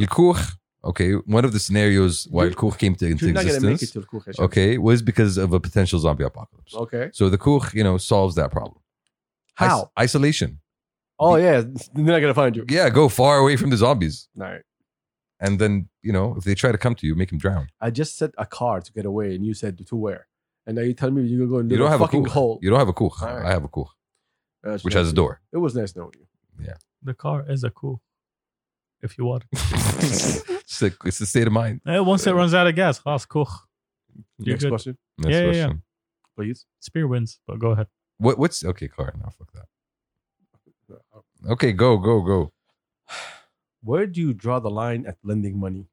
S2: El Kuch. Okay, one of the scenarios why El Kuch came to into
S1: You're not gonna make it
S2: existence.
S1: till Kuchesh.
S2: Okay, was because of a potential zombie apocalypse.
S1: Okay.
S2: So the Kuch, you know, solves that problem. Is-
S1: How?
S2: isolation.
S1: Oh yeah, they're not gonna find you.
S2: Yeah, go far away from the zombies,
S1: All right.
S2: and then you know if they try to come to you, make them drown.
S1: I just said a car to get away, and you said to where? And now you tell me you're gonna go in
S2: You don't
S1: a
S2: have a
S1: fucking
S2: Kuch.
S1: hole,
S2: You don't have a Kuch.
S1: All right.
S2: I have a Kuch,
S1: That's
S2: which
S1: nice.
S2: has a door.
S1: It was nice knowing you.
S3: the car is a cool. If you want,
S2: it's, a, it's a state of mind.
S3: Eh, once it runs out of gas, خلاص, cool. You're
S1: Next
S3: good.
S1: question,
S2: Next
S3: Yeah, yeah,
S2: question.
S1: please.
S3: Spear wins, but go ahead.
S2: What? What's okay? Car. Now fuck that. Okay, go, go, go.
S1: Where do you draw the line at lending money?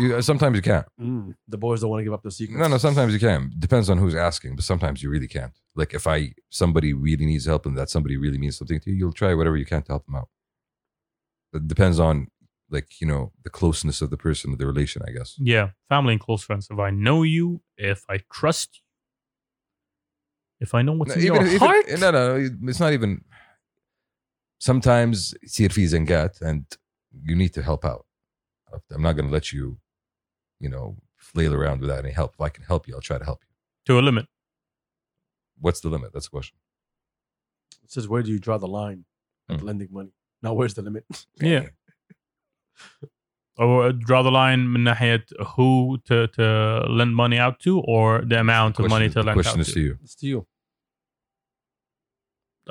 S2: You, uh, sometimes you can't.
S1: Mm, Mm-hmm. the boys don't want to give up their secrets.
S2: No, no. Sometimes you can. Depends on who's asking, but sometimes you really can't. Like if I somebody really needs help and that somebody really means something to you, you'll try whatever you can to help them out. It depends on like you know the closeness of the person, the relation, I guess.
S3: Yeah, family and close friends. If I know you, if I trust you, if I know what's
S2: No,
S3: in your
S2: even- even-
S3: heart,
S2: no, no, no, it's not even. Sometimes يصير في زنقات and you need to help out. I'm not going to let you, you know, flail around without any help. If I can help you, I'll try to help you.
S3: to a limit.
S2: What's the limit? That's the question.
S1: It says, where do you draw the line at
S2: Mm.
S1: lending money? Now, where's the limit?
S3: Yeah. Or draw the line من ناحية who to, to lend money out to or the amount of
S2: Question-
S3: money to
S2: the
S3: lend
S2: question
S3: out
S2: is to
S3: to.
S2: you.
S1: It's to you.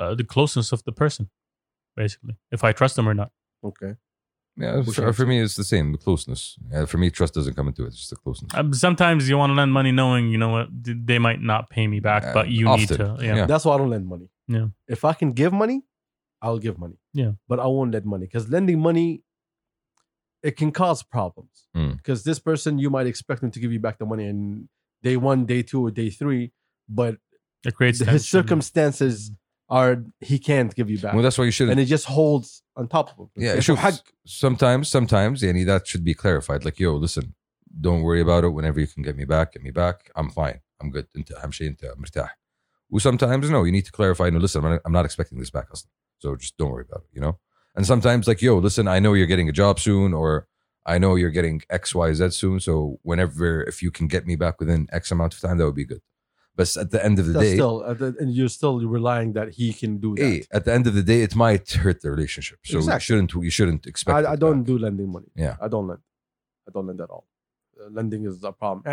S3: Uh, the closeness of the person, basically. If I trust them or not.
S1: Okay.
S2: Yeah,
S1: Which
S2: for,
S1: answer?
S2: for me, it's the same. The closeness. Uh, for me, trust doesn't come into it. It's just the closeness.
S3: Um, sometimes you want to lend money knowing, you know what, th- they might not pay me back,
S2: Uh,
S3: but you
S2: often,
S3: need to. Yeah.
S2: yeah.
S1: That's why I don't lend money.
S3: Yeah.
S1: If I can give money, I'll give money.
S3: Yeah.
S1: But I won't lend money because lending money, it can cause problems.
S2: Mm.
S1: Because this person, you might expect them to give you back the money in day one, day two, or day three, but
S3: It creates
S1: his
S3: tension.
S1: circumstances are he can't give you back,
S2: Mm. Well, that's why you shouldn't.
S1: and it just holds on top of him.
S2: Yeah,
S1: It's
S2: sure.
S1: a hug.
S2: Sometimes, sometimes, yani, that should be clarified. Like, yo, listen, don't worry about it. Whenever you can get me back, get me back. I'm fine. I'm good. انت اهم شيء انت مرتاح. Well, sometimes no, you need to clarify. No, listen, I'm not, I'm not expecting this back, اصلا. so just don't worry about it. You know. And sometimes, like, yo, listen, I know you're getting a job soon, or I know you're getting X, Y, Z soon. So whenever, if you can get me back within X amount of time, that would be good. But at the end of the
S1: That's
S2: day,
S1: still, at the- and you're still relying that he can do that.
S2: hey, at the end of the day, it might hurt the relationship. So you
S1: Exactly.
S2: shouldn't you shouldn't expect.
S1: I, I
S2: it
S1: don't
S2: back.
S1: do lending money.
S2: Yeah.
S1: I don't lend. I don't lend at all. Uh, lending is a problem. Uh,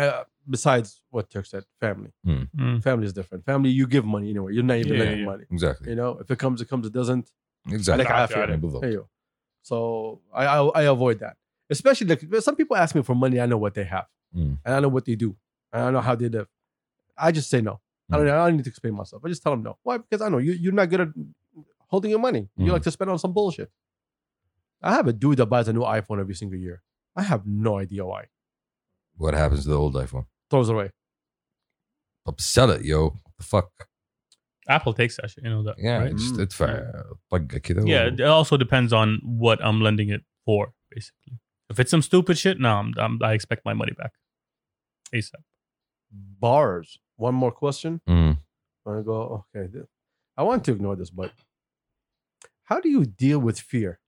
S1: besides what Turk said, family.
S3: Mm.
S1: Family is different. Family, you give money anyway. You're not even
S3: Yeah,
S1: lending
S3: yeah.
S1: money.
S2: exactly.
S1: You know, if it comes, it comes. It doesn't.
S2: Exactly.
S1: Like,
S3: عافية.
S2: يعني بالضبط.
S1: There you go. So I, I I avoid that. Especially like some people ask me for money. I know what they have,
S2: Mm.
S1: and I know what they do, and I know how they live. I just say no. I
S2: Mm.
S1: don't. I don't need to explain myself. I just tell them no. Why? Because I know you. You're not good at holding your money. You
S2: Mm.
S1: like to spend on some bullshit. I have a dude that buys a new iPhone every single year. I have no idea why.
S2: What happens to the old iPhone?
S1: Throws it away.
S2: طب sell it, yo. What the fuck?
S3: Apple takes that shit, you know that.
S2: Yeah,
S3: right?
S2: just
S1: Mm.
S2: ادفع طقه كذا
S3: Yeah,
S2: و-
S3: it also depends on what I'm lending it for, basically. If it's some stupid shit, no, I'm, I'm, I expect my money back. ASAP.
S1: Bars. One more question.
S2: Mm.
S1: I go, okay. th- I want to ignore this, but how do you deal with fear?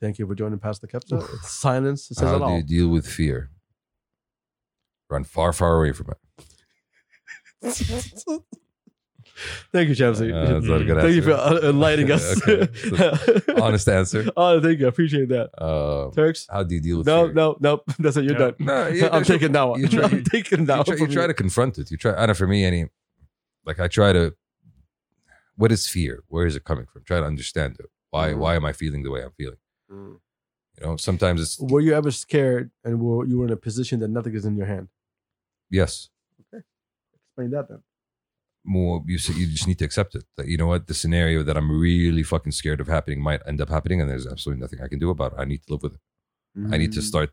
S1: Thank you for joining Past the Capsule. Silence says
S2: How
S1: it
S2: do
S1: all.
S2: you deal with fear? Run far, far away from it.
S1: Thank you, Shamsi.
S2: Uh, that's not a good
S1: thank you for
S2: answer.
S1: uh, enlightening us.
S2: Okay, so, Honest answer.
S1: Oh, thank you. I appreciate that.
S2: Um,
S1: Turks?
S2: how do you deal with
S1: No,
S2: fear?
S1: no, no. That's it. You're
S3: Yeah.
S1: done.
S2: No, you-
S1: I'm taking that one.
S2: you try-
S1: I'm taking that
S2: you
S1: one.
S2: try, you
S1: from
S2: try
S1: you.
S2: to confront it. You try. I don't know. For me, any like I try to. What is fear? Where is it coming from? Try to understand it. Why?
S1: Mhm.
S2: Why am I feeling the way I'm feeling?
S1: Mm.
S2: You know, sometimes it's
S1: Were you ever scared and were you were in a position that nothing is in your hand?
S2: yes.
S1: Explain that then.
S2: more you s- you just need to accept it that you know what the scenario that I'm really fucking scared of happening might end up happening and there's absolutely nothing I can do about it. I need to live with it. I need to
S1: Mm.
S2: start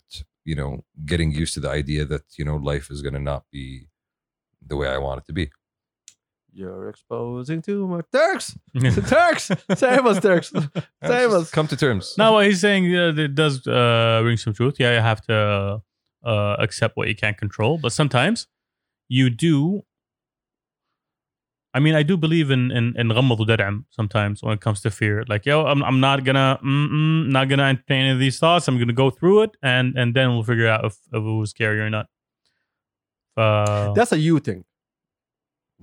S2: you know getting used to the idea that you know life is gonna not be the way I want it to be.
S1: You're exposing too much. Turks! Turks! Save us, Turks.
S2: Uh,
S1: Same
S2: just
S1: as-
S2: come to terms.
S3: No, what he's saying uh, it does uh, ring some truth. Yeah, you have to uh, accept what you can't control, but sometimes you do. I mean, I do believe in in in غمض ودرعم sometimes when it comes to fear. Like, yo, I'm I'm not gonna mm-mm, not gonna entertain any of these thoughts. I'm gonna go through it, and and then we'll figure out if, if it was scary or not. Uh,
S1: That's a you thing.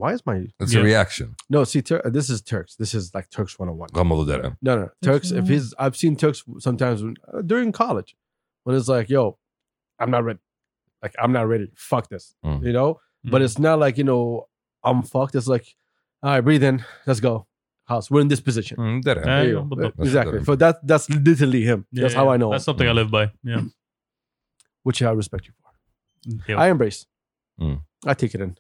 S1: Why is my
S2: That's
S3: Yeah.
S2: a reaction.
S1: no? See, Tur- uh, this is Turks. This is like Turks 101.
S2: غمض ودرع.
S1: No, no, Turks. If he's, I've seen Turks sometimes when, uh, during college when it's like, yo, I'm not ready. Like I'm not ready. Fuck this.
S2: Mm.
S1: You know. But it's not like you know I'm fucked. It's like, all right, breathe in. Let's go. House. We're in this position.
S2: Mm, درع.
S3: Yeah.
S1: There
S3: I
S1: you
S3: know,
S1: go.
S3: but the-
S2: That's
S1: exactly.
S2: different.
S1: For that, that's literally him.
S3: Yeah,
S1: that's how
S3: yeah.
S1: I know,
S3: That's
S1: him,
S3: something I live by. Yeah.
S1: which I respect you for.
S3: Yeah.
S1: I embrace.
S2: Mm.
S1: I take it in.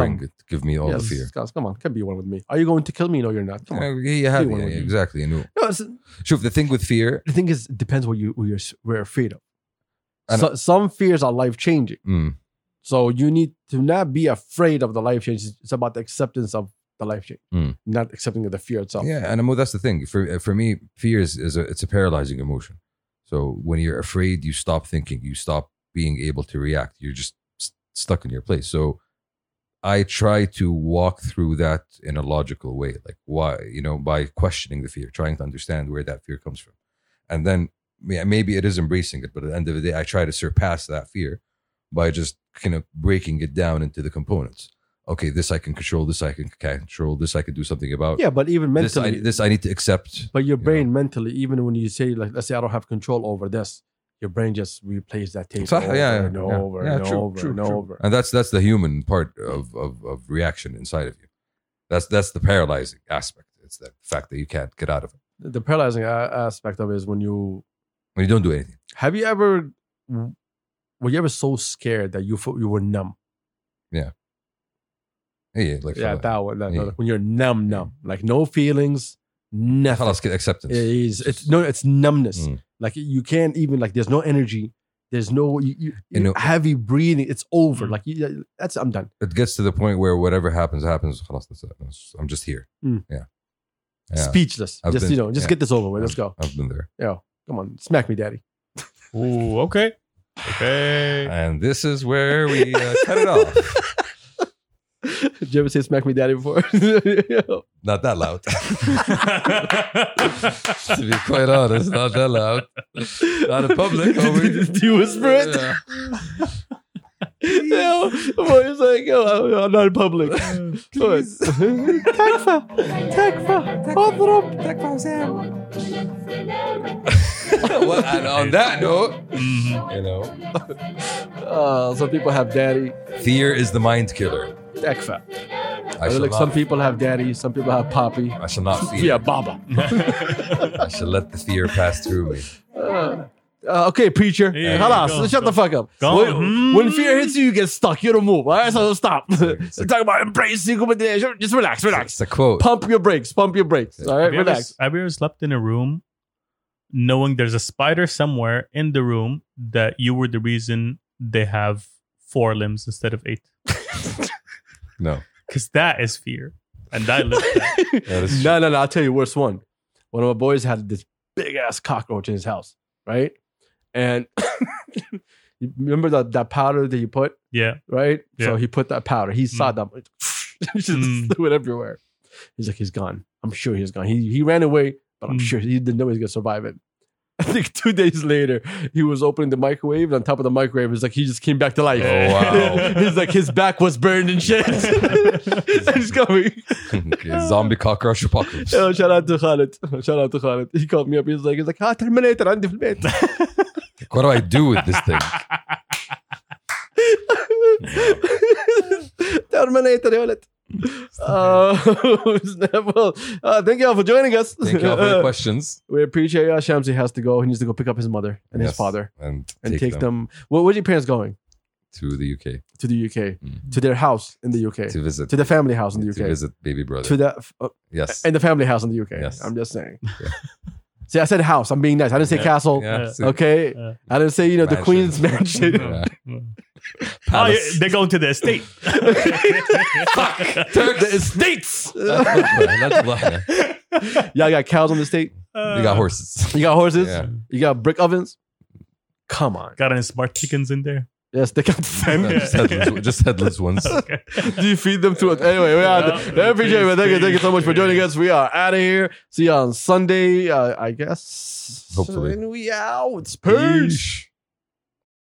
S2: bring
S1: Come.
S2: it, give me all
S1: yes,
S2: the fear. Uh,
S1: guys, come on, can be one with me. Are you going to kill me? No, you're not. Come on.
S2: Yeah, he had,
S1: Be one
S2: yeah,
S1: with you.
S2: exactly. And
S1: No, it's-
S2: Shuf, the thing with fear,
S1: the thing is, it depends what you what you're, s- we're afraid of.
S2: And-
S1: So, some fears are life changing,
S2: mm,
S1: so you need to not be afraid of the life change. It's about the acceptance of the life change,
S2: Mm.
S1: not accepting of the fear itself.
S2: yeah, and Amou, that's the thing. For uh, for me, fear is, is a, it's a paralyzing emotion. So when you're afraid, you stop thinking, you stop being able to react. You're just st- stuck in your place. So I try to walk through that in a logical way, like why, you know, by questioning the fear, trying to understand where that fear comes from, and then yeah, maybe it is embracing it, but at the end of the day, I try to surpass that fear by just kind of breaking it down into the components. Okay, this I can control. This I can control. This I can do something about.
S1: yeah, but even
S2: this I,
S1: mentally,
S2: this I need to accept.
S1: but your
S2: you
S1: brain mentally, even when you say like, let's say I don't have control over this, your brain just replays that tape
S2: صح,
S1: over
S2: yeah,
S1: and
S2: yeah, yeah.
S1: over
S2: Yeah,
S1: and
S2: true,
S1: over
S2: true,
S1: and
S2: true.
S1: over.
S2: And that's that's the human part of, of of reaction inside of you. That's that's the paralyzing aspect. It's the fact that you can't get out of it
S1: The paralyzing a- aspect of it is when you
S2: when you don't do anything.
S1: have you ever were you ever so scared that you felt you were numb?
S2: Yeah, like
S1: Yeah, that one. that-
S2: Yeah.
S1: When you're numb, numb, like no feelings, nothing.
S2: خلاص, get acceptance.
S1: It is. It's no. It's numbness.
S2: Mm.
S1: Like you can't even. Like there's no energy. There's no you, you,
S2: You know-
S1: heavy breathing. It's over.
S3: Mm.
S1: Like you, that's. I'm done.
S2: It gets to the point where whatever happens happens. خلاص, that's it. It's- I'm just here.
S1: Mm.
S2: Yeah. yeah.
S1: Speechless.
S2: I've
S1: just
S2: been-
S1: you know. Just
S2: yeah.
S1: get this over with. Let's go.
S2: I've been there.
S1: Yo, come on. Smack me, daddy.
S3: Ooh, okay. Okay.
S2: And this is where we uh, cut it off.
S1: Did you ever say smack me, daddy before?
S2: Not that loud. to be quite honest, not that loud. Not in public. but we-
S1: Did you whisper it?
S2: Yeah.
S1: Yo, the boy was like, yo, I'm- I'm not in public.
S2: Please.
S1: تكفى تكفى اضرب
S2: well, and on that note,
S1: Mm-hmm.
S3: Mhm.
S2: you know,
S1: Uh, some people have daddy.
S2: fear is the mind killer.
S1: تكفى.
S2: I shall,
S1: Like
S2: not,
S1: some people have daddy, some people have poppy.
S2: I shall not fear.
S1: Yeah, Baba.
S2: I shall let the fear pass through me.
S1: Uh, uh, okay, preacher.
S3: Yeah,
S1: Halas,
S3: go,
S1: shut
S3: go.
S1: the fuck up.
S3: Go.
S1: When,
S3: Hmm.
S1: when fear hits you, you get stuck. You don't move. All right, so stop.
S2: It's like-
S1: Talk about embracing humiliation. Just relax, relax.
S2: It's a quote.
S1: Pump your brakes. Pump your brakes. All right,
S3: Have you, ever,
S1: relax.
S3: have you ever slept in a room knowing there's a spider somewhere in the room that you were the reason they have four limbs instead of eight?
S2: No,
S3: Because that is fear. And I lived that.
S2: That is
S1: no, no, no. I'll tell you worse one. One of my boys had this big ass cockroach in his house, right? And you remember that, that powder that you put,
S3: Yeah.
S1: right? So
S3: Yeah.
S1: he put that powder. He saw that. it just
S3: Mm.
S1: threw it everywhere. He's like, he's gone. I'm sure he's gone. He he ran away, but I'm
S3: Mm.
S1: sure he didn't know he was gonna survive it. I think two days later, he was opening the microwave, and on top of the microwave, it's like he just came back to life.
S3: Oh,
S2: wow.
S1: he's like his back was burned and shit. and he's coming.
S2: Okay, zombie cockroach apocalypse.
S1: Yo, Oh, shout out to Khalid. Shout out to Khalid. He called me up. He's like, he's like, ah, Terminator عندي في البيت.
S2: What do I do with this thing?
S1: Terminator يا ولد. Uh, snap. Well, uh, thank you all for joining us.
S2: Thank you all for
S1: Uh,
S2: your questions.
S1: we appreciate you. Shamsi has to go. He needs to go pick up his mother and
S2: Yes,
S1: his father
S2: and take,
S1: and take, them.
S2: them,
S1: Where, where's your parents going?
S2: to the UK
S1: To the UK.
S2: Mm.
S1: To their house in the UK. To,
S2: to visit
S1: the family house in the
S2: to
S1: UK.
S2: visit baby brother.
S1: To the uh,
S2: yes,
S1: and the family house in the UK.
S2: Yes.
S1: I'm just saying.
S2: Yeah.
S1: See, I said house. I'm being nice. I didn't say
S3: Yeah.
S1: castle.
S2: yeah, see-
S1: oh, Okay.
S3: Yeah.
S1: I didn't say, you know, the
S2: Mansion.
S1: Queen's mansion.
S2: Yeah.
S3: Oh, yeah,
S2: Palace.
S3: they're going to the estate.
S1: the estates. Y'all
S2: you
S1: got cows on the estate.
S3: Uh,
S2: got horses.
S1: You got horses.
S2: Yeah.
S1: You got brick ovens. Come on.
S3: Got any smart chickens in there?
S1: Yes, they got the same.
S3: Yeah.
S2: just, headless, just headless ones.
S3: Okay.
S1: Do you feed them to us? Anyway, we are.
S3: Yeah.
S1: appreciate it. Thank you. Thank you so much for joining us. We are out of here. See you on Sunday, uh, I guess.
S2: Hopefully.
S1: And we out. Peace.